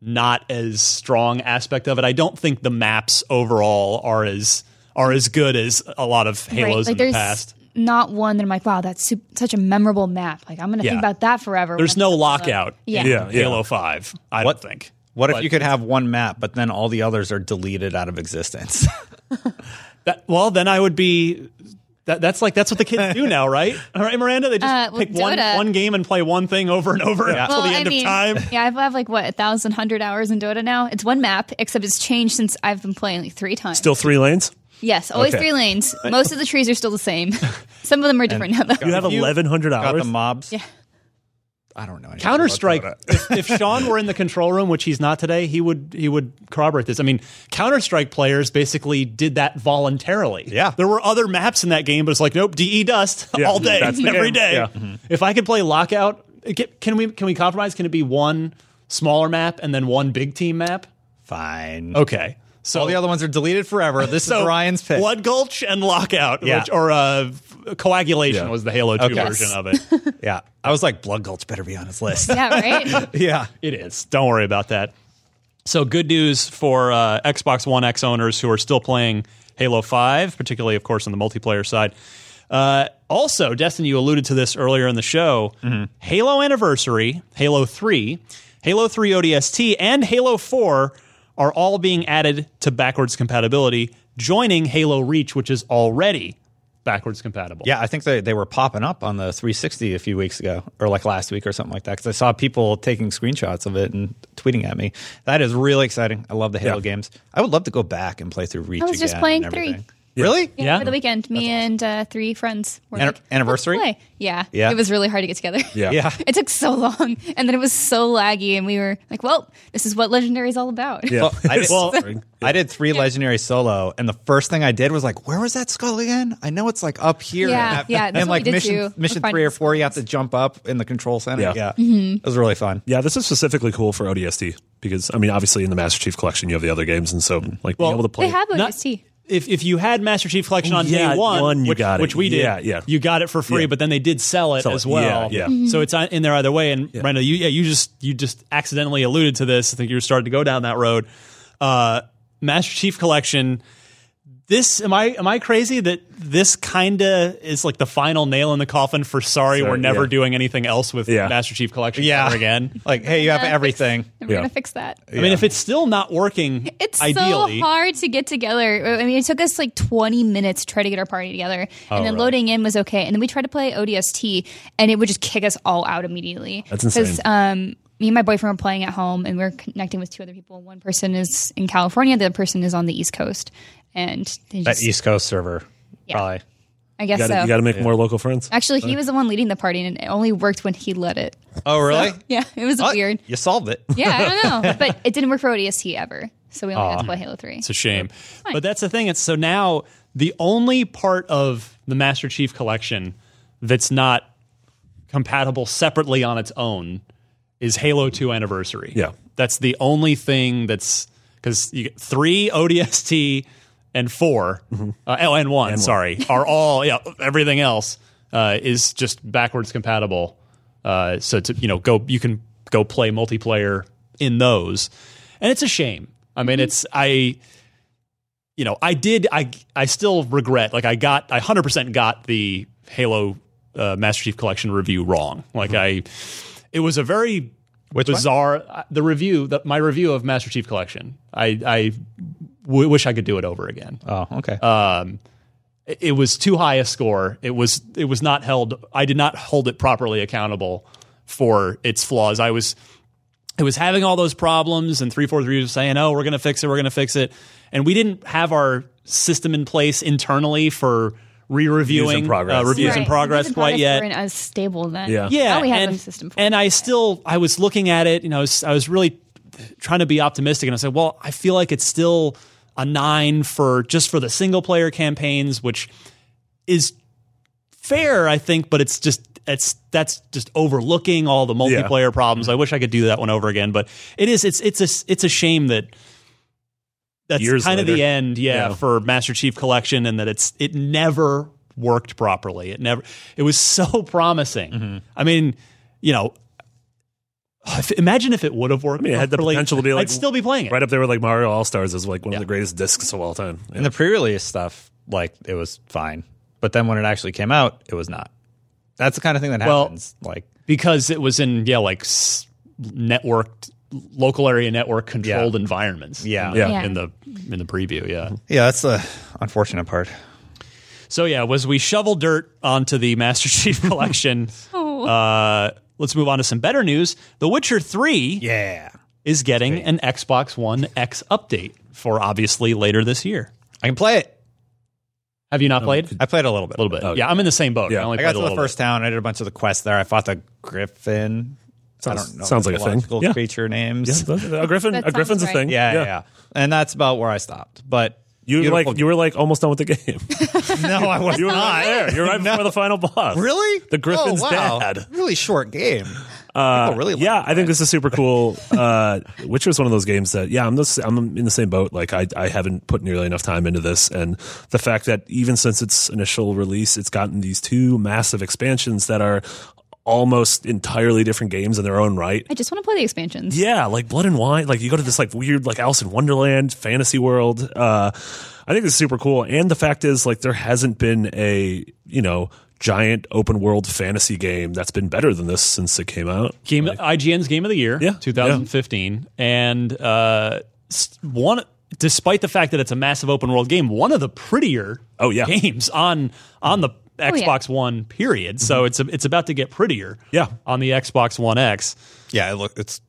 A: not as strong aspect of it. I don't think the maps overall are as are as good as a lot of Halos in the past.
C: not one that I'm like, wow, that's su- such a memorable map. Like I'm gonna
A: Yeah.
C: think about that forever.
A: There's
C: when I
A: no
C: think about-
A: lockout.
C: Yeah.
A: in
D: Yeah.
A: Halo Five. I
B: What-
A: don't think.
B: What
A: But
B: if you could have one map, but then all [LAUGHS] the others are deleted out of existence?
A: That, well, then I would be That, that's like that's what the kids do now, right? All right, Miranda, they just
C: Uh, well,
A: pick one
C: Dota-
A: one game and play one thing over and over until the end of time.
C: [LAUGHS] yeah, I've- I have like what a thousand hundred hours in Dota now. It's one map, except it's changed since I've been playing like three times.
D: Still three lanes.
C: yes, always
D: Okay.
C: three lanes. Most of the trees are still
A: [LAUGHS]
C: the same. Some of them are different now, though.
D: You
C: [LAUGHS]
D: have
B: If you
D: eleven hundred
B: Got
D: hours.
B: the mobs.
C: Yeah.
B: I don't know. anything about
A: Counter Strike.
B: Dota.
A: if, if Sean were in the control room, which he's not today, he would he would corroborate this. I mean, Counter Strike players basically did that voluntarily.
B: Yeah.
A: there were other maps in that game, but it's like nope, de dust [LAUGHS]
D: Yeah,
A: all day,
D: that's the
A: every
D: game.
A: day. Mm-hmm.
D: Yeah.
A: If I could play Lockout, get- can we can we compromise? Can it be one smaller map and then one big team map?
B: Fine.
C: Oh,
A: Okay, so
B: All the other ones are deleted forever. This
A: so
B: is Ryan's pick.
A: Blood Gulch and Lockout,
B: Yeah.
A: which, or uh, Coagulation
D: Yeah.
A: was the Halo Two
B: Okay.
A: version of it.
B: Yeah. I was like, Blood Gulch better be on his list.
A: [LAUGHS]
C: Yeah, right.
B: [LAUGHS] yeah.
A: It is. Don't worry about that. So, good news for uh, Xbox One X owners who are still playing Halo 5, particularly, of course, on the multiplayer side. Uh, also, Destiny, you alluded to this earlier in the show Halo Anniversary, Halo 3, Halo 3 ODST, and Halo 4 are all being added to backwards compatibility, joining Halo Reach, which is already backwards compatible.
B: Yeah, I think they, they were popping up on the 360 a few weeks ago, or like last week or something like that, because I saw people taking screenshots of it and tweeting at me. That is really exciting. I love the Halo
D: Yeah.
B: games. I would love to go back and play through Reach.
C: I was just
B: again
C: playing
B: and
C: three.
B: everything. Really?
C: Yeah,
A: Yeah.
C: over the weekend, me and uh, three friends were
B: Anni-
C: like, "Let's
B: anniversary?
C: play." Yeah,
B: Yeah.
C: It was really hard to get together.
D: Yeah.
B: Yeah.
C: [LAUGHS] It took so long, and then it was so laggy, and we were like, "Well, this is what Legendary is all about."
D: Yeah.
B: Well, I did, well,
D: Sorry.
B: I did three legendary solo, and the first thing I did was like, "Where was that skull again?" I know it's like up here,
C: Yeah,
B: and,
C: yeah, that's
B: and
C: what
B: like
C: we did
B: mission
C: too.
B: mission
C: We're
B: three or
C: finding Mm-hmm.
B: four, you have to jump up in the control center.
D: Yeah.
B: Yeah, it was really fun.
D: Yeah, this is specifically cool for ODST because I mean, obviously, in the Master Chief collection, you have the other games, and so like being able to play.
C: They have
A: Not-
C: ODST.
A: if if you had Master Chief Collection on
D: Oh, Yeah,
A: day one,
D: one, you
A: which,
D: got it.
A: which we did,
D: Yeah, yeah.
A: you got it for free.
D: Yeah.
A: But then they did sell it
D: Sell
A: as
D: it.
A: well.
D: Yeah, yeah.
C: Mm-hmm.
D: Mhm.
A: So it's on- in there either way. And Brenda, you yeah, you just you just accidentally alluded to this. I think you were starting to go down that road. Uh, Master Chief Collection. This am I am I crazy that this kind of is like the final nail in the coffin for sorry,
D: Sorry,
A: we're never
D: yeah.
A: doing anything else with
D: Yeah.
A: Master Chief Collection
B: Yeah.
A: ever
D: [LAUGHS]
A: again.
B: Like, hey, you have
C: Yeah. [LAUGHS]
B: everything.
C: And we're
D: Yeah.
C: gonna fix that.
A: I mean, if it's still not working,
C: It's
A: ideally,
C: so hard to get together. I mean, it took us like 20 minutes to try to get our party together. And then
A: really?
C: loading in was okay. And then we tried to play ODST, and it would just kick us all out immediately.
D: That's insane.
C: 'Cause, Um, me and my boyfriend were playing at home, and we are connecting with two other people. One person is in California, the other person is on the East Coast. And they
B: That
C: just,
B: East Coast server, probably.
C: I guess
D: you
C: so.
D: got to make more local friends.
C: Actually, he was the one leading the party, and it only worked when he led it. [LAUGHS]
B: Oh, really?
C: Yeah, it was
B: Oh,
C: weird.
B: You solved it.
C: Yeah, I don't know. but it didn't work for ODST ever. So we only got to play Halo 3.
A: It's a shame. But that's the thing. It's so now the only part of the Master Chief collection that's not compatible separately on its own is Halo 2 Anniversary.
D: Yeah.
A: That's the only thing that's because you get three ODST and 4 uh, oh, and one, sorry, are all, yeah, everything else uh, is just backwards compatible. Uh, so to, you know, go, you can go play multiplayer in those. And it's a shame. I mean, it's, I, you know, I did. I I still regret. Like I got, I hundred percent got the Halo uh, Master Chief Collection review wrong. Like I, it was a very bizarre uh, the review that my review of Master Chief Collection. I I w- wish I could do it over again.
B: Oh, okay.
A: It- It was too high a score. It was it was not held. I did not hold it properly accountable for its flaws. I was it was having all those problems and 343 was saying oh we're going to fix it we're going to fix it and we didn't have our system in place internally for re-reviewing
D: Reviews in progress.
A: uh, reviews in
C: Right.
A: progress
C: Reviews in
A: quite
C: progress
A: yet
C: weren't as stable then.
D: Yeah.
A: yeah
C: Now Oh, we have
A: and,
C: a system for
A: and
C: it.
A: i still i was looking at it you know i was, I was really trying to be optimistic and i said well i feel like it's still a nine for just for the single player campaigns which is fair i think but it's just it's that's just overlooking all the multiplayer problems i wish i could do that one over again but it is it's it's a it's a shame that that's
D: Years
A: kind of
D: later.
A: the end yeah,
D: Yeah.
A: for master chief collection and that it's it never worked properly it never it was so [LAUGHS] promising
D: Mm-hmm.
A: i mean you know if- imagine if it would have worked
D: mean, it had the
A: properly,
D: potential to be like-
A: i'd still be playing it
D: Right up there with like Mario All Stars is like one of the greatest discs of
B: [LAUGHS]
D: all time. Yeah.
B: and the pre-release stuff, like it was fine, but then when it actually came out, it was not. That's the kind of thing that
A: Well-
B: happens. like,
A: because it was in yeah like s- networked local area network controlled
B: Yeah.
A: environments
B: Yeah.
A: In, the-
D: Yeah.
A: in the in the preview yeah
B: yeah, that's the unfortunate part.
A: So yeah, was we shovel dirt onto the Master Chief [LAUGHS] Collection. uh, let's move on to some better news. The Witcher Three
B: Yeah.
A: is getting an Xbox One X update for obviously later this year.
B: I can play it.
A: Have you not played?
B: I played a little bit.
A: A little bit. Yeah, I'm in the same boat.
D: Yeah.
A: I only
B: oh, I
A: played
B: got
A: a
B: to the
A: little
B: first town. I did a bunch of the quests there. I fought the griffin. I
D: Sounds-
B: don't know.
D: sounds like a thing.
B: mythological
D: Yeah.
B: creature names.
D: Yeah, a griffin,
C: That
D: a griffin's
C: sounds
D: a thing.
C: right.
B: Yeah, yeah, yeah. And that's about where I stopped. But
D: You were
B: beautiful
D: like you were like almost done with the [LAUGHS] game.
B: [LAUGHS] game. no, I was
D: You were right there.
B: [LAUGHS]
D: You're right before the final boss.
B: really
D: The griffin's
B: oh, wow.
D: dad.
B: Really short game. People really? [LAUGHS] like
D: yeah,
B: it.
D: I think this is super cool. Uh, Witcher is one of those games that, yeah, I'm the, I'm in the same boat. Like, I, I haven't put nearly enough time into this, and the fact that even since its initial release, it's gotten these two massive expansions that are almost entirely different games in their own right.
C: I just want to play the expansions.
D: Yeah, like Blood and Wine. Like you go to this like weird like Alice in Wonderland fantasy world. Uh, I think it's super cool. And the fact is like there hasn't been a you know giant open world fantasy game that's been better than this since it came out.
A: game IGN's game of the year,
D: Yeah,
A: 2015, and uh, s- one despite the fact that it's a massive open world game, one of the prettier
D: Oh, yeah.
A: games on on the
C: yeah.
A: Xbox One period.
B: Mm-hmm.
A: So it's it's about to get prettier,
D: Yeah.
A: on the Xbox One X.
B: yeah. It look, it's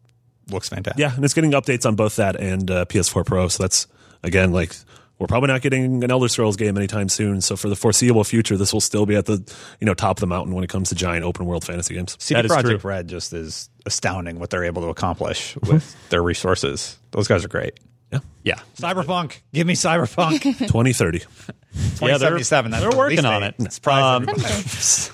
B: looks fantastic.
D: Yeah, and it's getting updates on both that and uh, PS4 Pro. So that's again like we're probably not getting an Elder Scrolls game anytime soon. So for the foreseeable future, this will still be at the you know top of the mountain when it comes to giant open world fantasy games.
B: CD
A: That is
B: Project
A: true.
B: Red just is astounding what they're able
A: [LAUGHS]
B: to accomplish with their resources. Those guys are great.
D: Yeah,
A: Yeah,
B: Cyberpunk, give me Cyberpunk.
D: [LAUGHS] twenty thirty.
A: yeah, they're,
B: 2077, that's
A: they're
B: the
A: working
B: release
A: on it. Um,
B: date. That's probably-
C: Someday.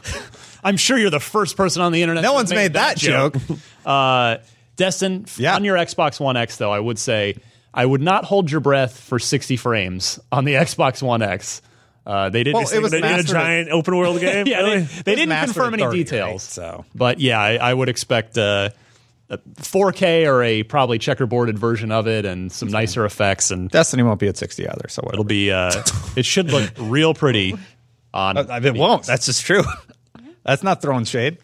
A: I'm sure you're the first person on the internet.
B: no
A: that
B: one's made that joke.
A: [LAUGHS] Uh, Destin, f-
B: Yeah.
A: on your Xbox One X, though, I would say I would not hold your breath for 60 frames on the [LAUGHS] Xbox One X. Uh, they didn't.
B: Well, it was
D: They did a
B: mastered at-
D: giant open world
A: [LAUGHS]
D: game.
A: yeah,
D: really?
A: they, they
B: It was
A: didn't
B: mastered
A: confirm
B: at
A: any
B: 30, right?
A: details.
B: So-
A: but yeah, I, I would expect uh, a 4K or a probably checkerboarded version of it, and some nicer effects, and
B: Destiny won't be at 60 either, so
A: it'll
B: whatever.
A: be. Uh,
B: [LAUGHS]
A: it should look real pretty. On
B: Uh, I mean, it won't. That's just true. That's not throwing shade.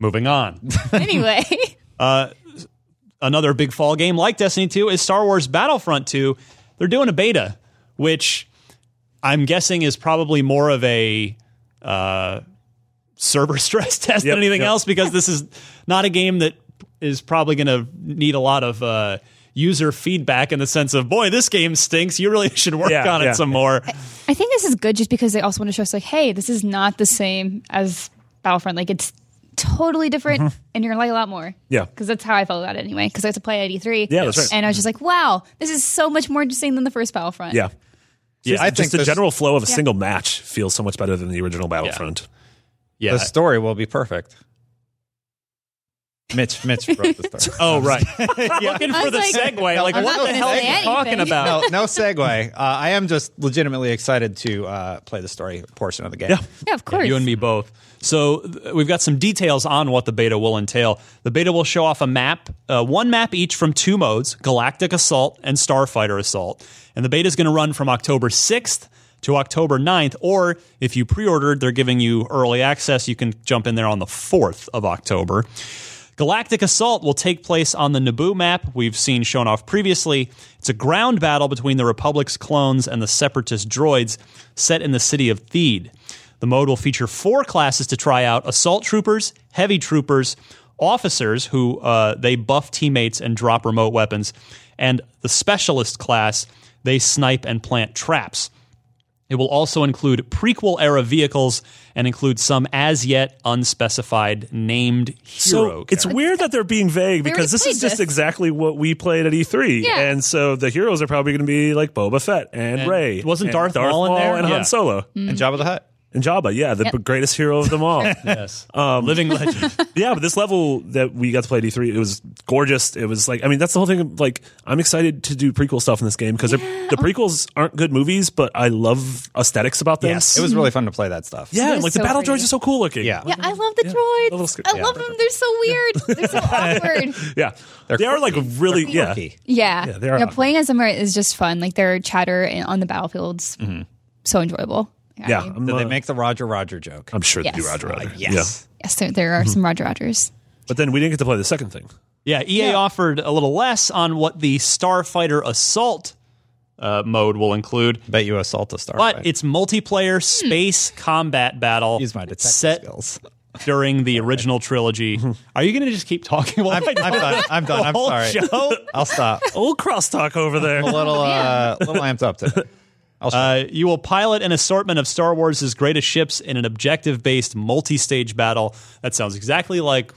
A: moving on.
C: anyway, [LAUGHS]
A: another big fall game like Destiny 2 is Star Wars Battlefront 2. They're doing a beta, which I'm guessing is probably more of a uh, server [LAUGHS] stress test
D: Yep,
A: than anything
D: yep.
A: else because this is not a game that is probably going to need a lot of uh, user feedback in the sense of, boy, this game stinks. You really [LAUGHS] should work
D: Yeah,
A: on it
D: yeah.
A: some more.
C: I think this is good just because they also want to show us like, hey, this is not the same as Battlefront. Like it's totally different, and you're gonna like it a lot more.
D: Yeah.
C: because that's how I felt about it anyway. Because I had to play at E3.
D: Yeah, that's right.
C: And I was just like, wow, this is so much more interesting than the first Battlefront.
D: Yeah. Yeah,
B: I
D: I just
B: think
D: the
B: this-
D: general flow of a single match feels so much better than the original Battlefront.
A: Yeah.
B: The story will be perfect. Mitch, Mitch wrote
A: [LAUGHS]
B: the story.
C: [LAUGHS]
A: Oh, right. Looking
C: I
A: for
C: was
A: the
C: like,
A: segue. Like,
C: I'm
A: what the
C: not gonna
A: hell are
C: say
A: you talking
C: [LAUGHS] anything.
A: about?
B: no, no segue. Uh, I am just legitimately excited to uh, play the story portion of the game.
D: Yeah.
C: yeah, of course.
A: You and me both. So th- we've got some details on what the beta will entail. The beta will show off a map, uh, one map each from two modes Galactic Assault and Starfighter Assault. And the beta is going to run from October 6th to October 9th. Or if you pre ordered, they're giving you early access. You can jump in there on the 4th of October. Galactic Assault will take place on the Naboo map we've seen shown off previously. It's a ground battle between the Republic's clones and the Separatist droids set in the city of Theed. The mode will feature four classes to try out assault troopers, heavy troopers, officers who uh, they buff teammates and drop remote weapons, and the specialist class they snipe and plant traps. It will also include prequel era vehicles and include some as yet unspecified named
D: So
A: hero.
D: it's weird that they're being vague
C: We already
D: because this is
C: played
D: just
C: this.
D: exactly what we played at E3.
C: Yeah.
D: And so the heroes are probably going to be like Boba Fett and, Rey.
A: wasn't
D: and
A: Darth Maul in there?
D: and
A: Yeah.
D: Han Solo
B: And Jabba the Hutt.
D: and Jabba. Yeah, the b- greatest hero of
C: [LAUGHS]
D: them all.
A: Yes. [LAUGHS] Living legend.
D: yeah, but this level that we got to play at E3, it was gorgeous. It was like, I mean, that's the whole thing. of, Like, I'm excited to do prequel stuff in this game because the prequels aren't good movies, but I love aesthetics about them.
A: Yes.
B: It was really fun to play that stuff.
D: Yeah,
C: It
D: and,
C: is
D: like the
C: so
D: battle
C: pretty.
D: droids are so cool looking.
B: Yeah.
C: Yeah, I love the droids.
D: little sc-
C: I
D: yeah.
C: love them. They're so weird. They're so awkward.
D: [LAUGHS] Yeah. They're like really, yeah.
C: Yeah,
D: they are
C: Yeah,
D: awkward.
C: playing as them are- is just fun. Like their chatter and on the battlefields, so enjoyable.
D: Yeah,
C: I-
D: I'm,
B: Did they
D: uh,
B: make the Roger Roger joke?
D: I'm sure they do
C: Yes.
D: Roger Roger.
B: yes.
C: yes, there, there are some Roger Rogers.
D: Yeah. But then we didn't get to play the second thing.
A: E Yeah, EA offered a little less on what the Starfighter Assault uh, mode will include.
B: Bet you assault a starfighter.
A: But it's multiplayer space combat battle
B: use my detective
A: set
B: [LAUGHS]
D: [LAUGHS]
B: skills.
A: during the original trilogy. Are you going to just keep talking while
B: I'm, I'm done. I'm done. I'm
A: whole
B: sorry.
A: show?
B: I'll stop.
D: Old
B: [LAUGHS]
D: crosstalk over there.
B: A little,
D: [LAUGHS]
B: uh, little amped up today.
A: [LAUGHS] Uh, you will pilot an assortment of Star Wars' greatest ships in an objective based multi stage battle. That sounds exactly like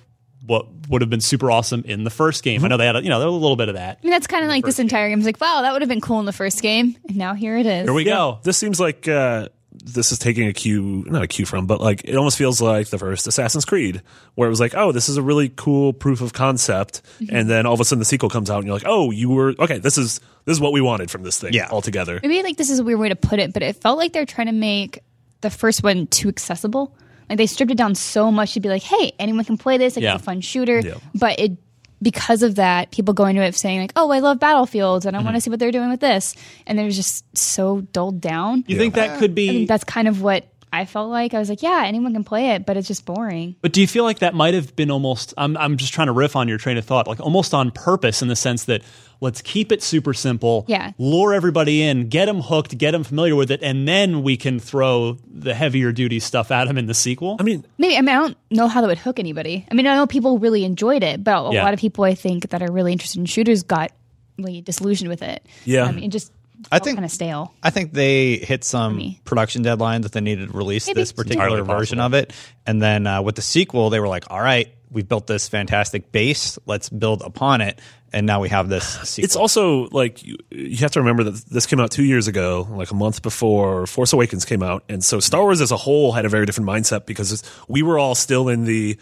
A: what would have been super awesome in the first game. I know they had a, you know, there was a little bit of that.
C: I mean, that's kind of like this entire game. It's like, wow, that would have been cool in the first game, and now here it is.
A: Here we go.
D: Oh, This seems like uh, this is taking a cue, not a cue from, but like it almost feels like the first Assassin's Creed, where it was like, oh, this is a really cool proof of concept, and then all of a sudden the sequel comes out, and you're like, oh, you were okay. This is this is what we wanted from this thing,
B: Yeah.
D: altogether.
C: Maybe like this is a weird way to put it, but it felt like they're trying to make the first one too accessible. Like they stripped it down so much to be like, hey, anyone can play this. Like
A: Yeah.
C: it's a fun shooter,
D: Yeah.
C: but it because of that, people go into it saying like, oh, I love battlefields, and I want to see what they're doing with this, and they're just so dulled down.
A: You think that could
C: I think
A: be.
C: that's kind of what I felt like. I was like, yeah, anyone can play it, but it's just boring.
A: But do you feel like that might have been almost? I'm, I'm just trying to riff on your train of thought, like almost on purpose in the sense that let's keep it super simple,
C: Yeah.
A: lure everybody in, get them hooked, get them familiar with it, and then we can throw the heavier duty stuff at them in the sequel.
D: I mean,
C: Maybe I mean I don't know how that would hook anybody. I mean I know people really enjoyed it, but a
A: Yeah.
C: lot of people I think that are really interested in shooters got really disillusioned with it.
D: Yeah.
C: I mean it just
B: I
C: I
B: think-
C: think kind of
B: [LAUGHS]
C: stale.
B: I think they hit some
C: me.
B: production deadline that they needed to release
C: Maybe.
B: this particular
D: Entirely possible.
B: version of it. And then uh, with the sequel, they were like, all right, we've built this fantastic base. Let's build upon it. And now we
D: [SIGHS]
B: have this sequel.
D: it's also like you, you have to remember that this came out two years ago, like a month before Force Awakens came out, and so Star Wars as a whole had a very different mindset because it's- we were all still in the.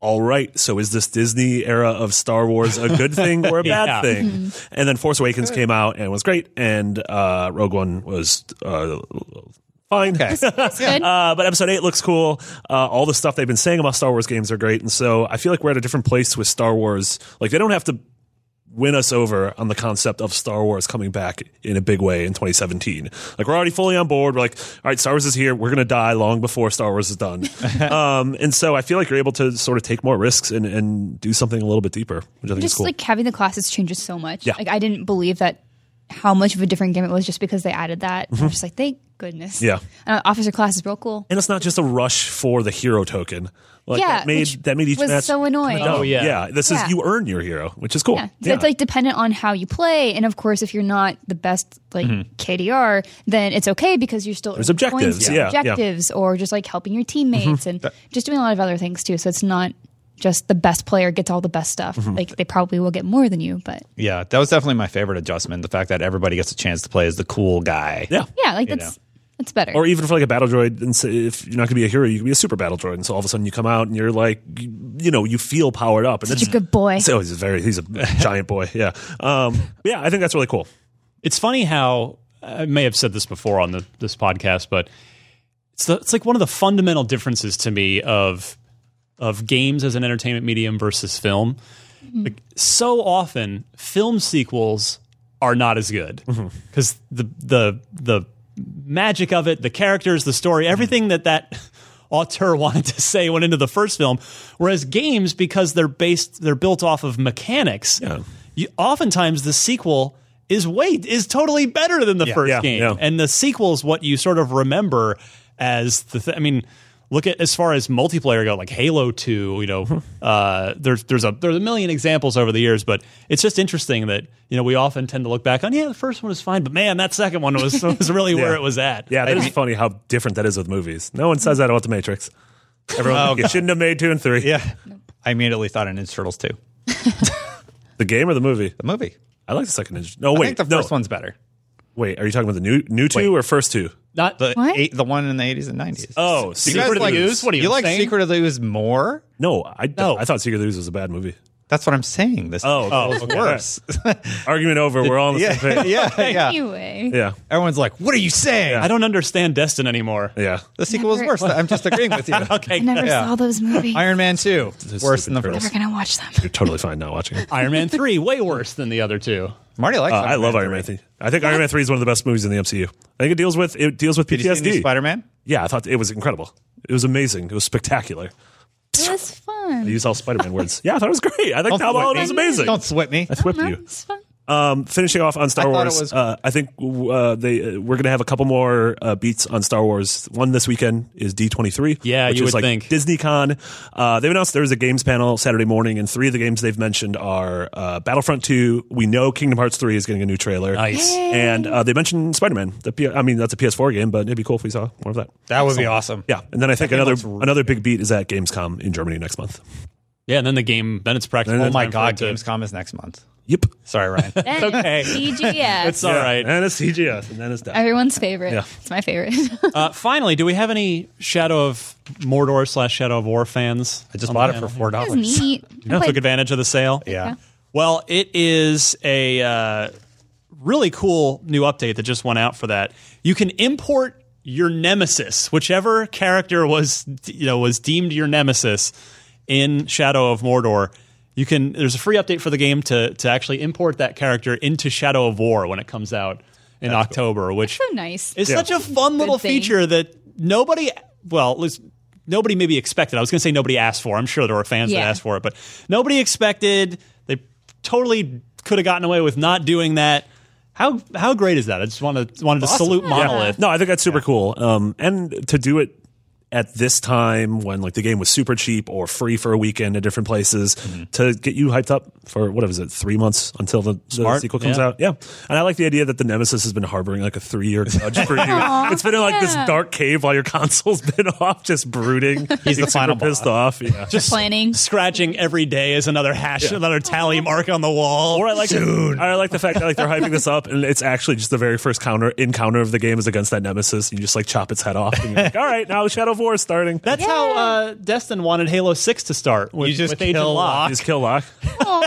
D: All right, so is this Disney era of Star Wars a good
B: [LAUGHS]
D: thing or a bad
A: Yeah.
D: thing?
B: Mm-hmm.
D: And then Force Awakens came out and was great, and uh, Rogue One was uh, fine. [LAUGHS]
B: Okay.
C: That's good. [LAUGHS]
D: Uh, but episode eight looks cool. Uh, all the stuff they've been saying about Star Wars games are great, and so I feel like we're at a different place with Star Wars. Like they don't have to win us over on the concept of Star Wars coming back in a big way in 2017. Like we're already fully on board. We're like, all right, Star Wars is here. We're gonna die long before Star Wars
C: [LAUGHS]
D: is done. um, and so I feel like you're able to sort of take more risks and, and do something a little bit deeper, which I think is
C: just
D: cool.
C: like having the classes changes so much.
D: Yeah.
C: Like I didn't believe that how much of a different game it was just because they added that. I'm just like, thank goodness.
D: Mm-hmm. Yeah.
C: Uh, officer class is real cool.
D: and it's not just a rush for the hero token. Like
C: Yeah,
D: that made
C: which
D: that made each
C: was
D: match
C: so
D: kinda
C: annoying.
D: dumb.
A: Oh, yeah.
D: yeah. This
C: Yeah.
D: is you earn your hero, which is cool.
C: Yeah. So It's like dependent on how you play. And of course, if you're not the best like KDR, then it's okay because you're still There's
D: objectives, yeah, yeah.
C: objectives or just like helping your teammates and just doing a lot of other things too. So it's not just the best player gets all the best stuff. Like they probably will get more than you, but
B: yeah, that was definitely my favorite adjustment. The fact that everybody gets a chance to play as the cool guy.
D: yeah.
C: yeah, like
B: You
C: that's that's better.
D: or even for like a battle droid and say if you're not going to be a hero you can be a super battle droid and so all of a sudden you come out and you're like you you know you feel powered up and
C: Such a good boy.
D: so uh, he's a very he's a giant boy yeah um yeah i think that's really cool
A: It's funny how I may have said this before on the, this podcast, but it's the, it's like one of the fundamental differences to me of of games as an entertainment medium versus film. Like, so often, film sequels are not as good
D: Mm-hmm.
A: because the the the magic of it, the characters, the
D: Mm-hmm.
A: story, everything that that [LAUGHS] auteur wanted to say went into the first film. Whereas games, because they're based, they're built off of mechanics.
D: Yeah.
A: You, oftentimes, the sequel is way is totally better than the first
D: Yeah,
A: game,
D: yeah.
A: and the sequel is what you sort of remember as the. Th- I mean, look at as far as multiplayer go, like Halo Two. You know, uh, there's there's a there's a million examples over the years, but it's just interesting that you know we often tend to look back on yeah the first one was fine, but man that second one was [LAUGHS] was really where it was at.
D: yeah that is funny how different that is with movies no one says that about the matrix everyone like, you shouldn't have made two and three
B: Yeah. I immediately thought of Ninja Turtles 2, the
D: the game or the movie
B: movie.
D: i like the second ninja no
B: I
D: wait
B: think the first
D: no.
B: one's better.
D: wait are you talking about the new new two or first two
A: not
B: The
C: What?
B: eight, the one in the 80s and 90s.
D: Oh,
B: you guys
D: Secret of the
B: like,
D: Ooze?
A: What are you,
B: you like
A: insane?
B: Secret of the Ooze more?
D: no i
A: No.
D: i thought secret of the Ooze was a bad movie
B: That's what I'm saying. This
D: oh
B: oh,
D: okay.
B: worse. [LAUGHS]
D: argument over we're all on the same
B: yeah, [LAUGHS]
D: page [LAUGHS]
B: yeah, yeah.
C: anyway,
D: yeah
B: Everyone's like, "What are you saying?"
A: I don't understand Destin anymore.
D: yeah
B: The sequel is
C: Never-
B: worse. I'm just agreeing with
D: [LAUGHS]
B: you.
A: Okay,
C: I never
B: Yeah.
C: saw those movies.
B: Iron Man Two, worse than the
D: stupid
B: first.
C: We're gonna watch them.
D: you're totally fine not
A: [LAUGHS]
D: watching it
A: [LAUGHS] Iron Man three way worse than the other two.
B: Marty likes.
D: Uh, I love Iron Man three. I think Iron Man three is one of the best movies in the MCU. I think it deals with it deals with PTSD.
B: Spider Man.
D: Yeah, I thought it was incredible. It was amazing. It was spectacular.
C: It was
D: They
C: fun.
D: use all Spider Man words. Yeah, I thought it was great. I think Tom Holland was amazing.
B: Don't sweat me.
D: I whipped
C: No,
D: you.
C: it's fun.
D: Um, finishing off on Star
B: I thought it
D: Wars,
B: was-
D: uh, I think uh, they uh, we're going to have a couple more uh, beats on Star Wars. One this weekend is D23.
A: Yeah,
D: which
A: you
D: is
A: would
D: like
A: think.
D: DisneyCon. Uh, they've announced there is a games panel Saturday morning, and three of the games they've mentioned are uh, Battlefront 2. We know Kingdom Hearts 3 is getting a new trailer.
A: Nice. Yay.
D: And uh, they mentioned Spider Man. P- I mean, that's a PS4 game, but it'd be cool if we saw more of that.
B: That would be awesome.
D: Yeah, and then I think
B: game
D: another
B: looks r-
D: another big beat is at Gamescom in Germany next month.
A: Yeah, and then the game, then it's practical.
B: Oh my
A: time for
B: god,
A: it to-
B: Gamescom is next month.
D: Yep.
B: Sorry,
D: [LAUGHS]
B: Ryan.
C: Then
A: okay.
C: it's
A: [LAUGHS]
C: CGS.
A: It's all right.
D: And it's CGS, and then it's that.
C: Everyone's favorite.
D: Yeah.
C: It's my favorite. [LAUGHS]
A: Uh, finally, do we have any Shadow of Mordor slash Shadow of War fans?
B: I just
A: on
B: bought
A: the
B: it for
A: panel?
B: four
C: That's
B: dollars.
C: neat. I
A: Took
C: played-
A: advantage of the sale.
B: Yeah.
A: Well, it is a uh, really cool new update that just went out for that. You can import your nemesis, whichever character was you know was deemed your nemesis in Shadow of Mordor. You can there's a free update for the game to to actually import that character into Shadow of War when it comes out in October, which
C: So nice.
A: it's such a fun little
C: thing.
A: feature that nobody, well, at least nobody maybe expected. I was going to say nobody asked for. I'm sure there were fans that
C: Yeah.
A: asked for it, but nobody expected. They totally could have gotten away with not doing that. How how great is that? I just wanted wanted to salute Monolith.
D: No, I think that's super cool. Um, and to do it at this time when like the game was super cheap or free for a weekend at different places to get you hyped up for what is it three months until the, the
A: Smart,
D: sequel comes
A: yeah.
D: out yeah and i like the idea that the nemesis has been harboring like a three-year grudge for you it's been in like this
C: yeah.
D: dark cave while your console's been [LAUGHS] off just brooding he's
B: the final boss.
D: pissed off yeah
A: Just
C: Planning.
A: scratching every day is another hash, another tally mark on the wall.
D: Or I like I like the fact that like they're hyping this up, and it's actually just the very first counter encounter of the game is against that nemesis. And you just like chop its head off, and you're like, all right, now Shadow of War is starting.
A: That's how uh, Destin wanted Halo Six to start. With,
B: You just
A: with Agent
B: kill
A: Locke.
D: You just kill Locke.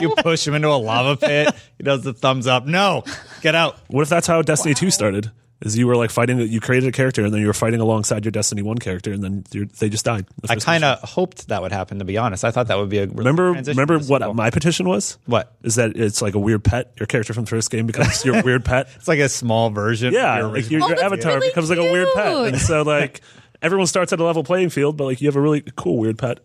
B: You push him into a lava pit. He does the thumbs up. No, get out.
D: What if that's how Destiny Two started? Is you were like fighting, you created a character, and then you were fighting alongside your Destiny One character, and then you're, they just died. The
B: I
D: first
B: kind
D: mission.
B: of hoped that would happen. To be honest, I thought that would be a really
D: remember
B: transition
D: remember
B: to the
D: what
B: sequel.
D: my petition was.
B: What?
D: is that? It's like a weird pet. Your character from the first game
B: [LAUGHS]
D: becomes your weird pet.
B: It's like a small version.
D: Yeah,
B: of your
D: like your,
B: original-
D: your
C: that's
D: avatar
C: really
D: becomes like a weird pet,
C: cute.
D: and so like [LAUGHS] everyone starts at a level playing field, but like you have a really cool weird pet.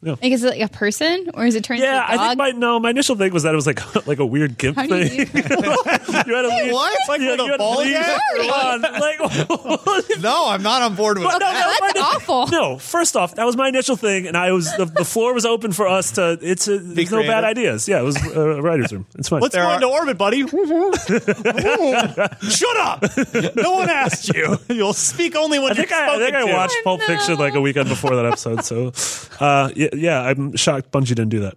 C: Like, is it like a person or is it turned
D: Yeah,
C: into a
D: I
C: dog?
D: think my no, my initial thing was that it was like [LAUGHS] like a weird gimp
C: How do
D: thing. [LAUGHS]
C: you [LAUGHS] do
D: You had to leave,
B: what?
D: Like
B: With a ball gag?
D: like [LAUGHS]
B: [LAUGHS] no, I'm not
A: [LAUGHS]
B: on board with.
D: no, no,
C: That's
D: my-
C: awful.
D: No, first off, that was my initial thing, and I was the, the floor was open for us to. It's a, there's no bad
B: creative.
D: ideas. Yeah, it was uh, a writer's room. It's fine.
A: Let's
B: There
A: go
B: are-
A: into orbit, [LAUGHS] buddy. Shut up! No one asked [LAUGHS] you. You'll speak only when
D: I think
A: you're
D: I, I
A: spoken
D: think I
A: to.
D: watched Pulp
C: Oh, no.
D: Fiction like a weekend before that episode. So, uh, yeah, yeah, I'm shocked Bungie didn't do that.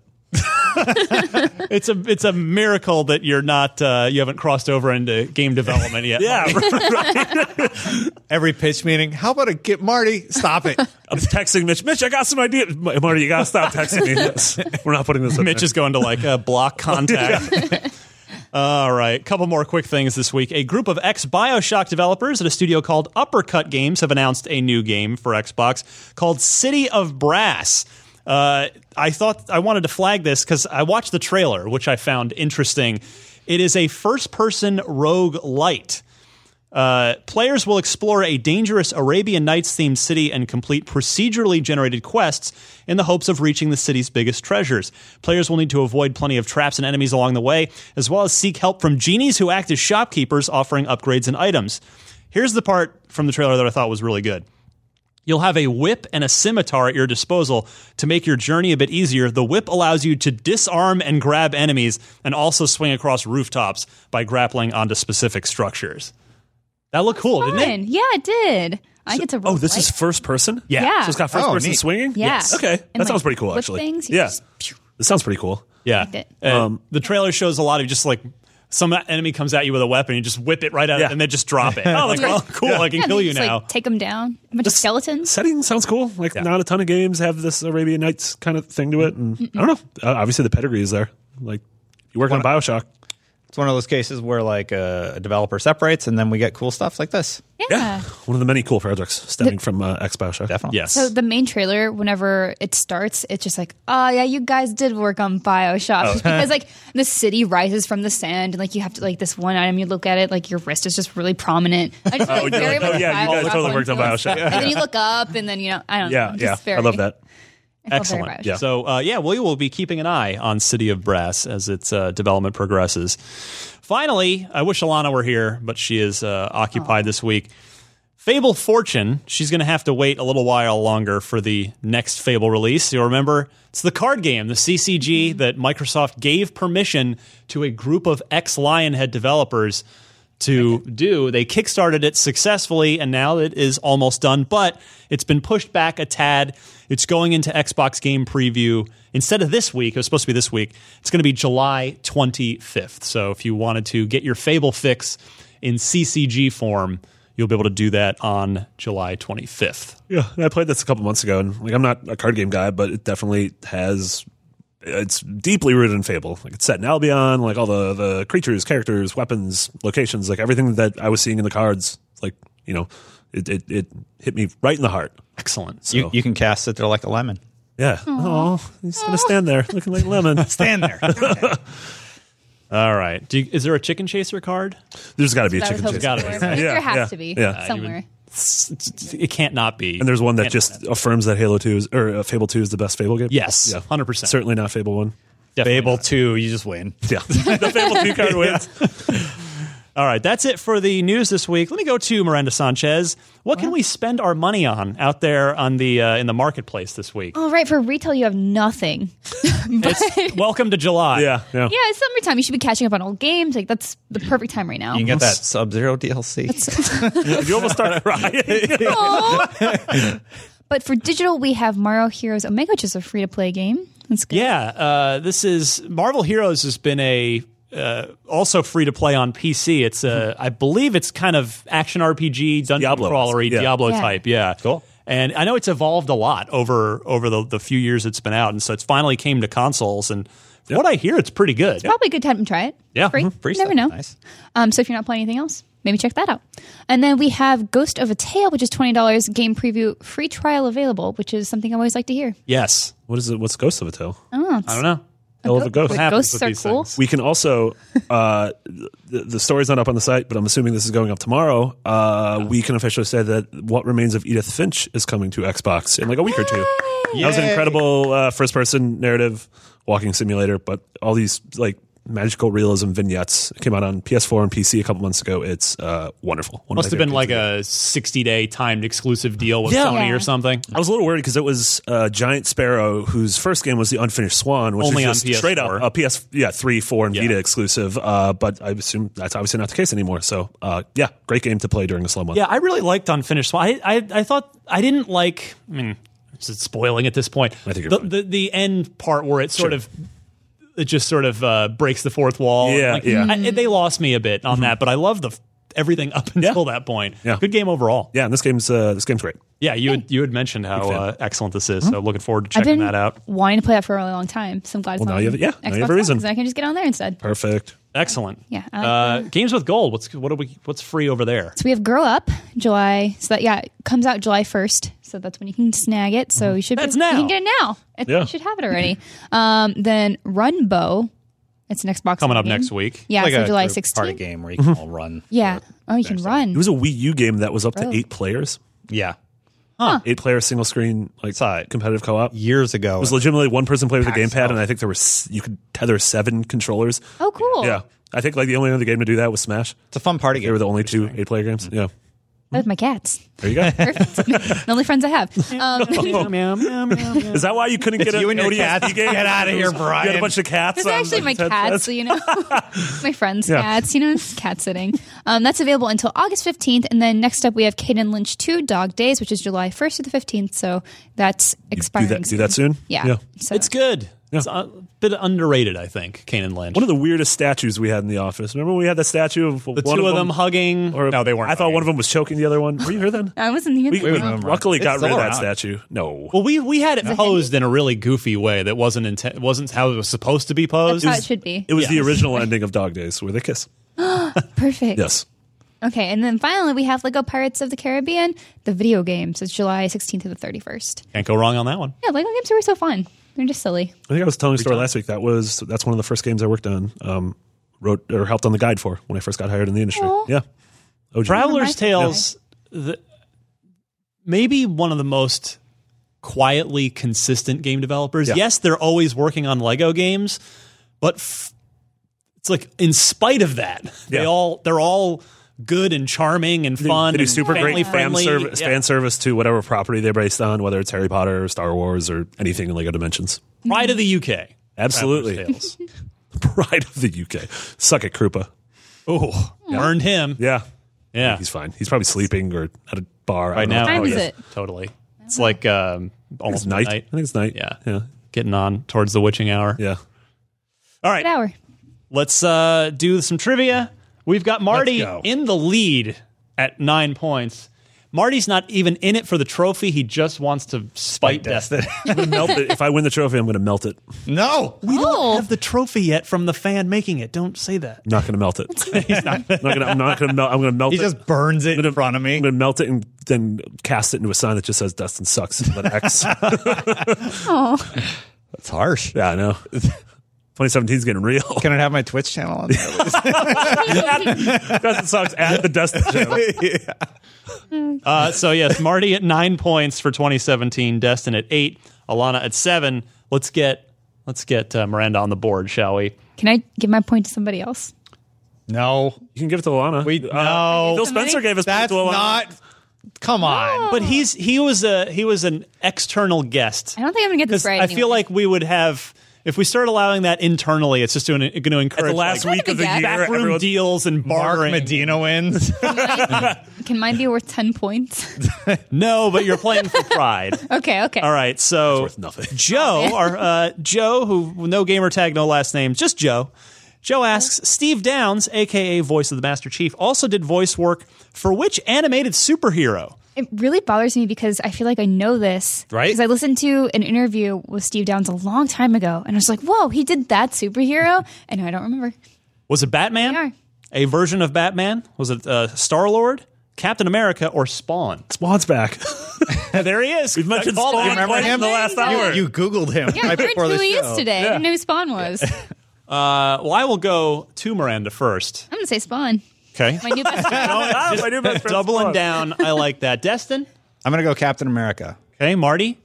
A: It's a it's a miracle that you're not uh, you haven't crossed over into game development yet.
D: Yeah,
B: Every pitch meeting. How about a get Marty? Stop
C: [LAUGHS]
B: it.
D: I'm texting Mitch. Mitch, I got some ideas. Ma- Marty, you gotta stop texting me. We're not putting this. up
A: Mitch
D: there.
A: is going to like a [LAUGHS] block contact. All right, couple more quick things this week. A group of ex BioShock developers at a studio called Uppercut Games have announced a new game for Xbox called City of Brass. Uh, I thought I wanted to flag this because I watched the trailer, which I found interesting. It is a first-person rogue light. Uh, players will explore a dangerous Arabian Nights themed city and complete procedurally generated quests in the hopes of reaching the city's biggest treasures. Players will need to avoid plenty of traps and enemies along the way, as well as seek help from genies who act as shopkeepers offering upgrades and items. Here's the part from the trailer that I thought was really good. You'll have a whip and a scimitar at your disposal to make your journey a bit easier. The whip allows you to disarm and grab enemies and also swing across rooftops by grappling onto specific structures. That looked cool, didn't
C: Fun.
A: it?
C: Yeah, it did. I get to roll.
D: Oh, this
C: lights.
D: is first person.
C: Yeah.
D: So it's got first
B: Oh,
D: person
B: neat.
D: swinging.
C: Yeah. Yes.
D: Okay, that
C: And, like,
D: sounds pretty cool.
C: flip
D: Actually.
C: things, you
D: yeah.
C: just-
D: This sounds pretty cool.
A: Yeah.
C: Liked it.
A: Um, the trailer shows a lot of just like some enemy comes at you with a weapon, you just whip it right at
D: Yeah.
A: it, and then just drop it. oh, like,
C: Yeah.
A: well, cool, I can
C: Yeah,
A: kill
C: they
A: you
C: just,
A: now.
C: Like, take them down. A bunch of skeletons.
D: Setting sounds cool. Like not a ton of games have this Arabian Nights kind of thing to it, and I don't know. Uh, obviously, the pedigree is there. Like you work on Bioshock.
B: It's one of those cases where like a developer separates, and then we get cool stuff like this.
C: Yeah.
D: One of the many cool projects stemming from uh, X Bioshock.
B: Definitely.
A: yes.
C: So the main trailer, whenever it starts, it's just like, oh yeah, you guys did work on Bioshock,
D: Oh.
C: Just [LAUGHS]
D: [LAUGHS]
C: because like the city rises from the sand, and like you have to like this one item you look at it, like your wrist is just really prominent. I just like, very
D: like, [LAUGHS] oh,
C: much
D: yeah, you guys
C: Bioshock
D: totally worked on
C: influence.
D: Bioshock.
C: And then you look up, and then you know, I don't know.
D: Yeah,
C: I'm
D: yeah.
C: just very-
D: I love that.
C: I felt very
A: Excellent.
C: bad.
D: Yeah.
A: So, uh, yeah, we will be keeping an eye on City of Brass as its uh, development progresses. Finally, I wish Alana were here, but she is uh, occupied this week. Fable Fortune, she's going to have to wait a little while longer for the next Fable release. You'll remember it's the card game, the CCG, that Microsoft gave permission to a group of ex Lionhead developers to do. They kickstarted it successfully, and now it is almost done, but it's been pushed back a tad. It's going into Xbox Game Preview instead of this week. It was supposed to be this week. It's going to be July 25th. So if you wanted to get your Fable fix in CCG form, you'll be able to do that on July 25th.
D: Yeah, and I played this a couple months ago, and like I'm not a card game guy, but it definitely has. It's deeply rooted in Fable. Like it's set in Albion, like all the the creatures, characters, weapons, locations, like everything that I was seeing in the cards. Like you know, it it, it hit me right in the heart.
A: Excellent.
D: So
B: You, you can cast it there like a lemon.
D: yeah, oh, he's gonna stand there looking like lemon.
B: Stand [LAUGHS] there.
A: All right. Do you, is there a chicken chaser card?
D: [LAUGHS] There's got to be a
C: That
D: chicken
C: was
D: chase,
A: Got
C: hoping
A: it.
C: for.
A: Yeah,
C: there has
D: yeah,
C: to be
D: yeah. Uh,
A: you would-
C: somewhere.
A: It can't not be.
D: and there's one that just affirms that Halo Two is or uh, Fable Two is the best Fable game.
A: yes,
D: yeah,
A: 100%.
D: certainly not Fable One.
A: Definitely
B: Fable
A: not.
B: 2, you just win.
D: Yeah, [LAUGHS] the Fable Two [LAUGHS] card wins.
A: All right, that's it for the news this week. Let me go to Miranda Sanchez. What can we spend our money on out there on the uh, in the marketplace this week?
C: All right, for retail, you have nothing. but yeah,
A: Welcome to July.
D: Yeah, yeah.
C: it's summertime. You should be catching up on old games. Like that's the perfect time right now.
B: You can get that Sub Zero DLC.
D: You almost start crying.
C: Aw. but for digital, we have Mario Heroes Omega, which is a free to play game. That's good.
A: Yeah, uh, this is Marvel Heroes has been a uh, also free to play on PC. It's a, I believe it's kind of action RPG, dungeon
D: Diablo.
A: crawlery,
D: Yeah.
A: Diablo
C: Yeah.
A: type. Yeah,
B: Cool.
A: And I know it's evolved a lot over over the, the few years it's been out, and so it's finally came to consoles. And from what I hear, it's pretty good.
C: Probably a good time to try it.
A: Yeah.
C: Free.
A: Mhm.
B: Free
C: You never
B: stuff.
C: know.
B: Nice.
C: Um, so if you're not playing anything else, maybe check that out. And then we have Ghost of a Tale, which is $20 game preview, free trial available, which is something I always like to hear. Oh,
A: Yes,
D: [LAUGHS] What is it? What's Ghost of a Tale?
A: I don't know.
D: Hell of a ghost.
C: Like,
A: happens
C: ghosts
A: with
C: are
A: these
C: cool.
A: things?
D: We can also uh, the, the story's not up on the site, but I'm assuming this is going up tomorrow. Uh, we can officially say that What Remains of Edith Finch is coming to Xbox in like a week or two. That was an
B: Yay!
D: incredible uh, first-person narrative walking simulator, but all these like magical realism vignettes came out on PS4 and PC a couple months ago. It's uh, wonderful. One of my
A: Must have been
D: favorite
A: like
D: things.
A: a 60 day timed exclusive deal with
D: Yeah.
A: Sony
C: Yeah.
A: or something.
D: I was a little worried because it was uh, Giant Sparrow, whose first game was the Unfinished Swan, which
A: Only on
D: is just
A: PS4.
D: straight up a PS yeah three, four, and
A: Yeah.
D: Vita exclusive. Uh, but I assume that's obviously not the case anymore. So uh, yeah, great game to play during a slow month.
A: Yeah, I really liked Unfinished Swan. I, I, I thought I didn't like. I mean, is it spoiling at this point?
D: I think you're
A: the,
D: fine.
A: the the end part where it sort of it just sort of uh, breaks the fourth wall.
D: Yeah,
A: Like,
D: yeah. Mm-hmm.
A: I, they lost me a bit on that, but I love the f- everything up [LAUGHS] until that point.
D: Yeah.
A: good game overall.
D: yeah, and this game's uh, this game's great.
A: Yeah, you had, you had mentioned how
D: fan.
A: uh, excellent this is. So looking forward to
C: Mm-hmm. I've
A: checking
C: been
A: that out.
C: wanting to play that for a really long time, so I'm glad it's
D: now
C: on
D: you have- yeah, now
C: Xbox
D: you have a reason.
C: One, 'cause I can just get on there instead.
D: Perfect.
A: Excellent.
C: Yeah, I like
A: Uh, games with gold. What's what are we? What's free over there?
C: So we have Grow Up July. So that yeah, it comes out July first. So that's when you can snag it. So you should
A: That's
C: be,
A: now.
C: You can get it now. It-
D: Yeah.
C: You should have it already. um, then Run Bow. It's an Xbox
A: Coming up
C: game.
A: next week.
C: Yeah,
B: Like
C: so
B: a
C: July
B: group Party
C: sixteenth.
B: game where you can all
C: [LAUGHS]
B: run.
C: Yeah. Oh, you can
D: It
C: run.
D: was a Wii U game that was up to
C: Oh.
D: eight players,
B: Yeah.
D: eight player single screen like
B: Side.
D: competitive co op. It
B: Years ago.
D: was legitimately one person played with a
B: Packs
D: gamepad,
B: out.
D: and I think there were s- you could tether seven controllers.
C: Oh, cool.
D: Yeah, I think like the only other game to do that was Smash.
B: it's a fun party
D: They were
B: game.
D: the only two eight player games. Yeah,
C: With my cats.
D: there you go.
C: [LAUGHS] the only friends I have. Um,
D: [LAUGHS] Is that why you couldn't get
B: you
D: an
B: and your
D: ODST
B: cats.
D: game?
B: Get outta here, Brian.
D: You had a bunch of cats.
C: It's
D: on
C: actually
D: the
C: my
D: Ted
C: cats,
D: Fest.
C: you
D: [LAUGHS]
C: know, my friend's cats, you know, it's cat sitting. Um, that's available until August 15th. And then next up, we have Caden Lynch 2 Dog Days, which is July 1st to the 15th. So that's
D: Do
C: expiring.
D: that, do that soon.
C: Yeah. So
A: It's good. It's a bit underrated, I think. Kane and Lynch.
D: One of the weirdest statues we had in the office. Remember when we had the statue of
A: the
D: one
A: two of them, hugging.
D: or-
A: no, they weren't.
D: I thought one of them was choking the other one. Were you
C: [LAUGHS]
D: here then?
C: I wasn't even.
D: We, we
B: remember.
D: luckily
B: It's
D: got rid of
B: still
D: that
B: around.
D: statue. No.
A: Well, we we had it posed in a really goofy way that wasn't inten- wasn't how it was supposed to be
C: that's
A: posed.
C: how it should be.
D: It was the original ending of Dog Days where they kiss.
C: Perfect.
D: Yes.
C: Okay. And then finally, we have Lego Pirates of the Caribbean, the video game. So it's July 16th to the 31st.
A: Can't go wrong on that one.
C: Yeah, Lego games are so fun. They're just silly.
D: I think I was telling a story last week. That was that's one of the first games I worked on, um, wrote or helped on the guide for when I first got hired in the industry.
C: Aw.
D: Yeah. OG.
A: Traveler's
C: Remember my-
A: Tales, the, maybe one of the most quietly consistent game developers.
D: Yeah.
A: Yes, they're always working on Lego games, but f- it's like in spite of that, they
D: Yeah.
A: all they're all good and charming and fun.
D: They do
A: and
D: super great fan
A: family-friendly.
D: service,
A: Yeah.
D: fan service to whatever property they're based on, whether it's Harry Potter or Star Wars or anything in Lego Dimensions.
A: Pride of the UK.
D: Absolutely.
A: Traveler's Tales.
D: [LAUGHS] Pride of the UK. Suck it, Krupa.
A: Oh, earned him.
D: Yeah.
A: Yeah.
D: He's fine. He's probably sleeping or at a bar. I
A: right
D: don't
A: now.
D: know.
C: time
A: oh,
C: is
A: yes,
C: it?
A: Totally. It's like um, almost
D: It's night.
A: midnight.
D: I think it's night.
A: Yeah.
D: Yeah.
A: Getting on towards the witching hour.
D: Yeah.
A: All right.
C: Good hour.
A: Let's uh, do some trivia. We've got Marty
D: go.
A: in the lead at nine points. Marty's not even in it for the trophy. He just wants to spite Death.
D: I'm gonna melt it. If I win the trophy, I'm going to melt it.
B: No.
A: We don't
C: Oh.
A: have the trophy yet from the fan making it. Don't say that.
D: I'm not going
A: [LAUGHS]
D: to melt it. I'm not gonna- I'm not going to melt. I'm going to melt
B: He
D: it.
B: just burns it in front of
D: I'm
B: me.
D: going to melt it and then cast it into a sign that just says Dustin sucks. But
A: [LAUGHS]
D: X.
C: Oh,
B: That's harsh.
D: yeah, I know. [LAUGHS] 2017 is getting real.
B: Can I have my Twitch channel on there?
D: Dustin sucks at the Dustin
A: [LAUGHS]
D: show.
A: Uh, so, yes, Marty at nine points for 2017, Destin at eight, Alana at seven. Let's get. Let's get uh, Miranda on the board, shall we?
C: can I give my point to somebody else?
B: no.
D: You can give it to Lana.
B: We no.
D: Phil
C: Somebody-
D: Spencer gave us
B: That's
D: to Alana.
B: not. Come on.
A: But he's he was a he was an external guest.
C: Oh. I don't think I'm gonna get this
A: Because
C: right.
A: I feel
C: anyway.
A: like we would have if we start allowing that internally, it's just doing going to
D: At
A: encourage
D: the last
A: like,
D: week of the
C: Back
D: year,
A: backroom
D: everyone-
A: deals and
B: Mark
A: bartering.
B: Medina [LAUGHS] wins.
C: can mine be worth ten points?
A: No, but you're playing for
C: [LAUGHS]
A: pride.
C: okay, okay.
A: All right, so
D: worth nothing.
A: [LAUGHS] Joe, our uh, Joe, who no gamer tag, no last name, just Joe. Joe asks Steve Downs, aka voice of the Master Chief, also did voice work for which animated superhero?
C: It really bothers me because I feel like I know this.
B: Right?
C: Because I listened to an interview with Steve Downs a long time ago, and I was like, whoa, he did that superhero? [LAUGHS] And I don't remember.
A: Was it Batman?
C: They are.
A: A version of Batman? Was it uh, Star Lord, Captain America, or Spawn?
D: Spawn's [LAUGHS] back.
A: there he is.
D: We've mentioned
A: Called
D: Spawn
A: him.
B: Remember
D: twice in
B: him?
D: the last
C: There you go.
D: hour.
B: you Googled him
C: Yeah,
B: right
C: I
B: before
C: learned
B: the
C: who he
B: show.
C: is today. I didn't know who Spawn was.
A: Uh, well, I will go to Miranda
C: [LAUGHS]
A: first.
C: I'm gonna say Spawn.
A: Okay.
C: My new best friend.
D: Ah, my new best friend
A: Doubling
D: Spawn.
A: down. I like that. Destin.
B: I'm gonna go Captain America.
A: Okay, Marty.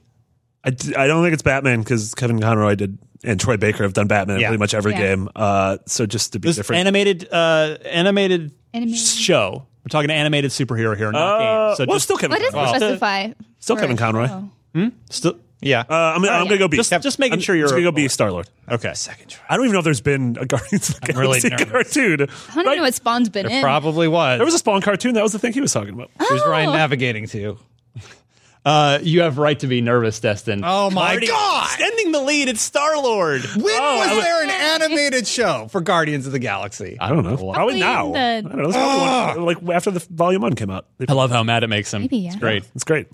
D: I, d- I don't think it's Batman because Kevin Conroy did and Troy Baker have done Batman in
B: Yeah.
D: pretty much every
C: Yeah.
D: game. Uh, so just to be
A: This
D: different.
A: animated uh, animated
C: Animated.
A: show. We're talking animated superhero here, not
D: Uh,
A: game. So
D: well,
A: just
D: still Kevin.
C: What does
D: Conroy.
A: Wow.
C: justify?
D: Still
C: for-
D: Kevin Conroy.
C: Oh.
A: still-
B: Yeah.
D: Uh, I'm, I'm gonna go B.
A: just, just making
D: I'm
A: sure you're
D: just gonna go B Star Lord.
A: Okay.
D: I don't even know if there's been a Guardians of the
B: really
D: Galaxy
B: nervous.
D: cartoon.
C: I don't even know what Spawn's been in.
B: Probably was.
D: There was a Spawn cartoon. That was the thing he was talking about.
B: Who's
C: Oh.
B: Ryan navigating to?
A: Uh, you have right to be nervous, Destin.
B: Oh my
A: Marty
B: God.
A: Extending the lead, it's Star Lord.
B: When Oh, was,
D: I was-
B: there an animated show for Guardians of the Galaxy?
D: I don't know.
C: Probably
D: Probably now.
C: the-
D: I don't know. It's
C: [GASPS]
D: probably one, like after the Volume One came out.
A: I love how mad it makes him.
C: Maybe, yeah.
A: It's great.
D: It's great.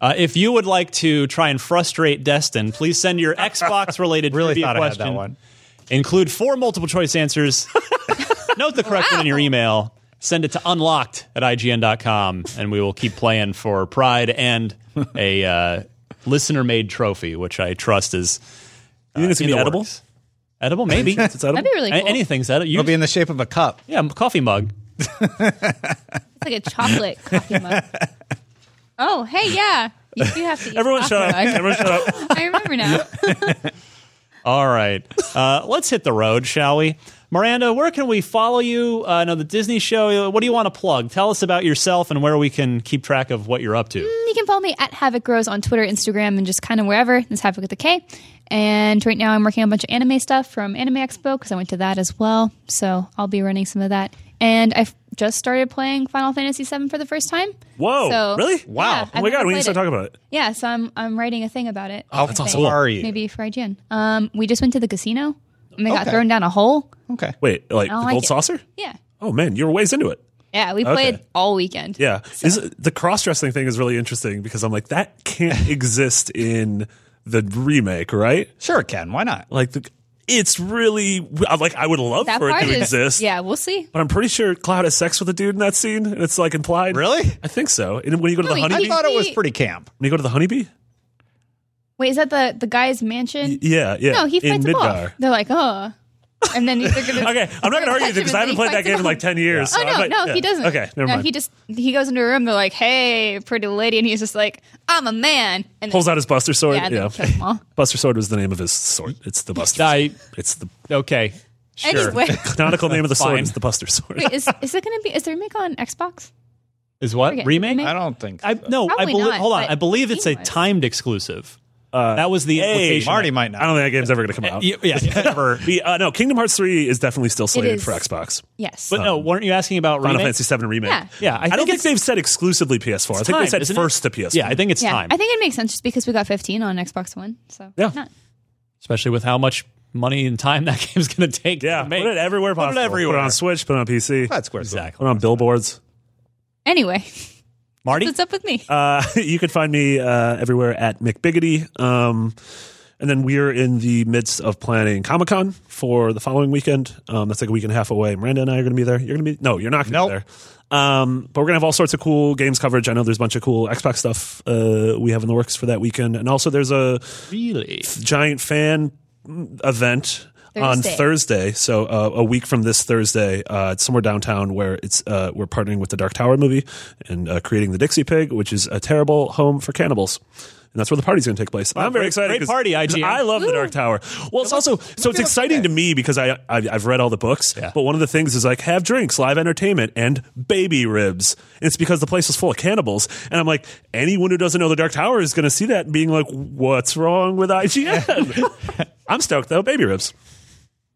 A: Uh, if you would like to try and frustrate Destin, please send your Xbox related
B: Really
A: trivia
B: thought I had
A: question.
B: that one.
A: Include four multiple choice answers. Note the correct one in your email. Send it to unlocked at IGN.com, and we will keep playing for pride and a uh, listener made trophy, which I trust is uh,
D: You think it's
A: in
D: gonna
A: the
D: be edible?
A: works. Edible, maybe.
D: It's edible.
C: That'd be really
A: A-
C: cool.
A: Anything's edible. You,
B: It'll be in the shape of a cup.
A: yeah, coffee mug.
C: It's like a chocolate coffee mug. Oh, hey, yeah. You do have to eat
D: Everyone
C: coffee
D: shut up.
C: mug.
D: Everyone shut up.
C: [LAUGHS] I remember now.
A: All right. Uh, [LAUGHS] let's hit the road, shall we? Miranda, where can we follow you? Uh, I know the Disney show. What do you want to plug? Tell us about yourself and where we can keep track of what you're up to.
C: You can follow me at Havoc Grows on Twitter, Instagram, and just kind of wherever. It's Havoc with a K. And right now I'm working on a bunch of anime stuff from Anime Expo because I went to that as well. So I'll be running some of that. And I've just started playing Final Fantasy VII for the first time.
D: Whoa!
C: So-
D: really?
C: Yeah,
D: oh
C: I've
D: my
C: never
D: god! We
C: played
D: need to start
C: it.
D: talking about it.
C: Yeah, so I'm I'm writing a thing about it.
B: Oh,
C: I
B: that's
C: think.
B: awesome. Sorry.
C: Maybe for IGN. Um, we just went to the casino and they got
B: Okay.
C: thrown down a hole.
B: Okay.
D: Wait, like the
C: don't
D: gold
C: like it.
D: saucer?
C: Yeah.
D: Oh man, you're ways into it.
C: Yeah, we played all weekend.
D: Yeah, Is it- the cross dressing thing is really interesting because I'm like
C: [LAUGHS]
D: that can't exist in the remake, right?
B: Sure, it can. Why not?
D: Like the, it's really I'm like I would love
C: That
D: for it
C: part
D: to
C: is
D: exist.
C: Yeah, we'll see.
D: But I'm pretty sure Cloud has sex with a dude in that scene, and it's like implied.
B: Really?
D: I think so. And when you go to
C: No,
D: the
C: he-
D: honeybee,
B: I
D: when
B: thought it was pretty camp.
D: you go to the honeybee,
C: Wait, is that the the guy's mansion?
D: yeah, yeah.
C: No, he
D: in
C: fights them off.
D: Midgar.
C: They're like, oh, and then
D: [LAUGHS]
C: they're gonna
D: Okay, I'm not going to argue with you because I haven't played that game in like 10 years.
C: Oh
D: so I
C: no,
D: might-
C: no,
D: yeah.
C: he doesn't.
D: Okay, never
C: no,
D: mind.
C: He just he goes into a room. They're like, "Hey, pretty lady," and he's just like, "I'm a man." And then-
D: Pulls out his Buster Sword.
C: Yeah,
D: Yeah,
C: and then kill them
D: [LAUGHS]
C: all.
D: Buster Sword was the name of his sword. It's the Buster.
A: I-
D: Sword. It's the
A: Okay. Sure.
D: [LAUGHS]
C: Anyway,
D: canonical name of the sword
A: Fine.
D: is the Buster Sword.
C: wait, is is it going to be? Is there a make on Xbox?
A: Is what
C: Forget-
A: remake?
C: remake?
B: I don't think.
A: I no. I
C: Probably
A: believe.
C: not,
A: Hold on.
C: but
A: I believe it's a
C: anyway.
A: timed exclusive. that was
D: [LAUGHS]
A: the implication. [LAUGHS]
B: Marty might
D: I
B: not.
D: don't think that game's ever going to come out.
A: Y- Eh, Yeah. [LAUGHS] Never.
D: The, uh, no, Kingdom Hearts 3 is definitely still slated
C: is.
D: for Xbox.
C: Yes.
A: But no, weren't you asking about
D: Final
A: remake?
D: Fantasy 7 remake.
C: Yeah.
A: Yeah, I
D: I, don't
A: think
D: think they've said exclusively PS4. I think
A: Time,
D: they said
A: isn't it?
D: first to PS4.
A: Yeah, I think it's
C: yeah,
A: time,
C: I think it makes sense just because we got 15 on Xbox One. So
D: Yeah.
C: why not?
A: especially with how much money and time that [LAUGHS] game's going to take.
D: Yeah,
A: to make.
D: put it everywhere
A: Put it
D: possible.
A: everywhere.
D: on Switch, put it on PC,
B: That's Square Enix.
D: put it
A: Exactly.
D: on billboards.
C: Anyway, [LAUGHS]
A: Marty,
C: what's up with me?
D: Uh, [LAUGHS] you can find me uh, everywhere at McBiggity. Um, and then we're in the midst of planning Comic Con for the following weekend. Um, that's like a week and a half away. Miranda and I are going to be there. You're going to be no, you're not going to
B: Nope.
D: be there. Um, but we're going to have all sorts of cool games coverage. I know there's a bunch of cool Xbox stuff uh, we have in the works for that weekend, and also there's a
A: really?
D: giant fan event on
C: Thursday.
D: Thursday. So uh, a week from this Thursday, uh, it's somewhere downtown where it's uh, we're partnering with the Dark Tower movie and uh, creating the Dixie Pig, which is a terrible home for cannibals. And that's where the party's going to take place. I'm very
A: great-
D: excited.
A: great
D: 'cause-
A: party,
D: 'cause
A: IGN.
D: I love the Dark Tower. Well, it's also so it's exciting to me because I I've, I've read all the books, but one of the things is like have drinks, live entertainment, and baby ribs. And it's because the place was full of cannibals, and I'm like anyone who doesn't know the Dark Tower is going to see that and being like, what's wrong with
A: [LAUGHS]
D: IGN? I'm stoked though. Baby ribs,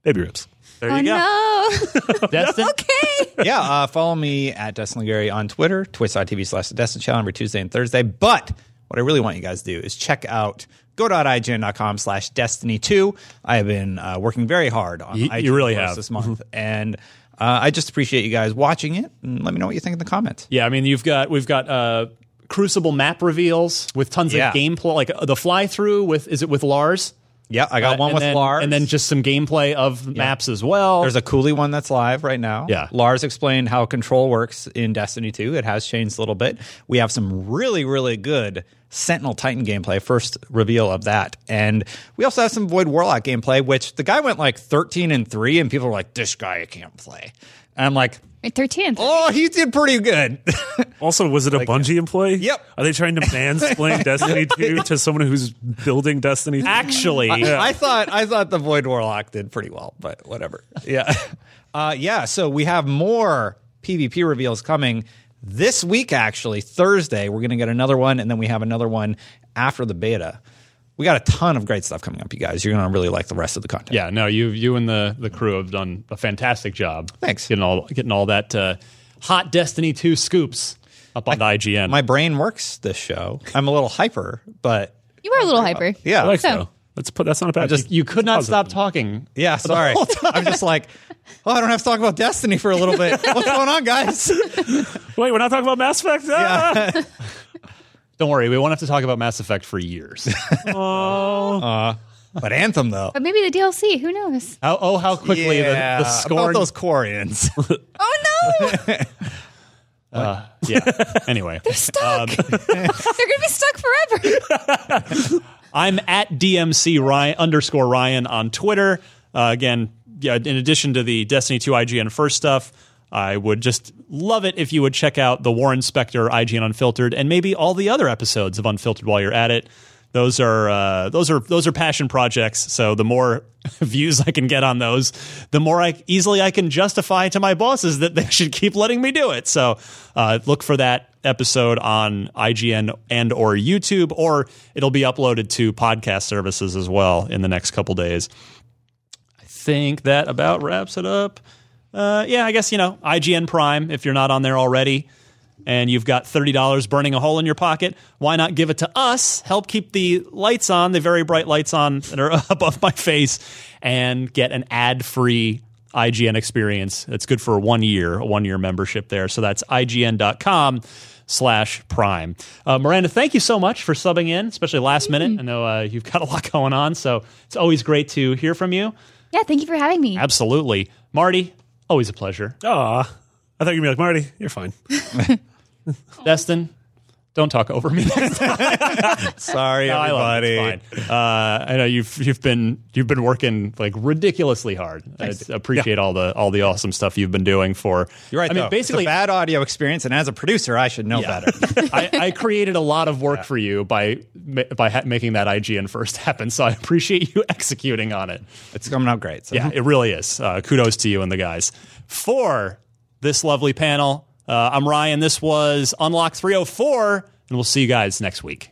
D: baby ribs.
A: There
C: Oh
A: you go.
D: [LAUGHS]
C: no. [LAUGHS]
A: Destin,
C: okay.
B: yeah, uh, follow me at Destin Legary on Twitter, twitch.tv slash the Destin Channel every Tuesday and Thursday. But what I really want you guys to do is check out go.ign.com slash destiny 2. I have been uh, working very hard on
A: You-
B: IGN
A: you really
B: posts
A: have. [LAUGHS]
B: this month. and uh, I just appreciate you guys watching it. And let me know what you think in the comments.
A: Yeah, I mean, you've got we've got uh, Crucible map reveals with tons
B: Yeah.
A: of gameplay, like uh, the fly through with is it with Lars?
B: Yeah, I got
A: Uh,
B: one
A: and
B: with
A: then,
B: Lars.
A: and then just some gameplay of maps as well.
B: There's a Cooley one that's live right now.
A: Yeah.
B: Lars explained how control works in Destiny 2. It has changed a little bit. We have some really, really good Sentinel Titan gameplay, first reveal of that. And we also have some Void Warlock gameplay, which the guy went like 13 and 3, and people were like, this guy I can't play. And I'm like,
C: Wait, 13.
B: oh, he did pretty good. [LAUGHS]
D: Also, was it a Bungie employee?
B: Yep.
D: Are they trying
B: [LAUGHS]
D: to mansplain Destiny 2 to someone who's building Destiny 2?
A: actually.
B: I thought I thought the Void Warlock did pretty well, but whatever. Yeah. [LAUGHS] Uh, yeah, so we have more PvP reveals coming this week actually. Thursday, we're going to get another one and then we have another one after the beta. We got a ton of great stuff coming up, you guys. You're going to really like the rest of the content.
A: Yeah, no, you you and the the crew have done a fantastic job.
B: Thanks.
A: getting all getting all that uh, hot Destiny two scoops up on the IGN.
B: My brain works this show. I'm a little hyper, but
C: You are a little hyper.
B: yeah.
D: I like
C: So-
D: so. That's, put, that's not a bad
A: just you could not stop talking. [LAUGHS]
B: yeah, sorry. I'm just like, oh, I don't have to talk about Destiny for a little bit.
A: [LAUGHS]
B: What's going on, guys?
D: Wait, we're not talking about Mass Effect? [LAUGHS] Ah!
A: Don't worry, we won't have to talk about Mass Effect for
B: [LAUGHS]
A: years.
B: But Anthem, though.
C: But maybe the DLC. Who knows?
A: how, oh, how quickly
B: yeah,
A: the, the
B: about
A: scorn.
B: those Quarians.
C: Oh no.
A: [LAUGHS] yeah.
B: [LAUGHS]
A: Anyway, Um,
C: Stuck. [LAUGHS] They're going to be stuck forever.
A: I'm at DMC Ryan underscore Ryan on Twitter. Uh, again, yeah, in addition to the Destiny 2 IGN first stuff, I would just love it if you would check out the Warren Spector IGN Unfiltered and maybe all the other episodes of Unfiltered while you're at it. Those are uh, those are those are passion projects. So the more [LAUGHS] views I can get on those, the more I easily I can justify to my bosses that they [LAUGHS] should keep letting me do it. So uh, look for that episode on IGN and or YouTube, or it'll be uploaded to podcast services as well in the next couple days. I think that about wraps it up. Uh, yeah, I guess you know IGN Prime if you're not on there already. And you've got $30 burning a hole in your pocket. Why not give it to us? Help keep the lights on, the very bright lights on that are [LAUGHS] above my face, and get an ad free IGN experience. It's good for one year, a one year membership there. So that's ign.com slash prime. Uh, Miranda, thank you so much for subbing in, especially last minute. I know uh, you've got a lot [LAUGHS] going on, so it's always great to hear from you.
C: Yeah, thank you for having me.
A: Absolutely. Marty, always a pleasure.
D: "Ah, Aw. I thought you'd be like, Marty, you're fine.
A: Destin, Don't talk over me. Next time.
B: [LAUGHS] Sorry,
A: No, I love it.
B: everybody.
A: It's fine. Uh, I know you've you've been you've been working like ridiculously hard. I appreciate all the all the awesome stuff you've been doing for.
B: You're right.
A: I mean,
B: though.
A: basically,
B: it's a bad audio experience, and as a producer, I should know
A: Yeah.
B: better.
A: [LAUGHS] I, I created a lot of work for you by ma- by ha- making that IGN first [LAUGHS] happen. So I appreciate you [LAUGHS] executing on it.
B: It's coming out great. So.
A: Yeah, it really is. Uh, kudos to you and the guys for this oh lovely panel. Uh, I'm Ryan. This was Unlock 304, and we'll see you guys next week.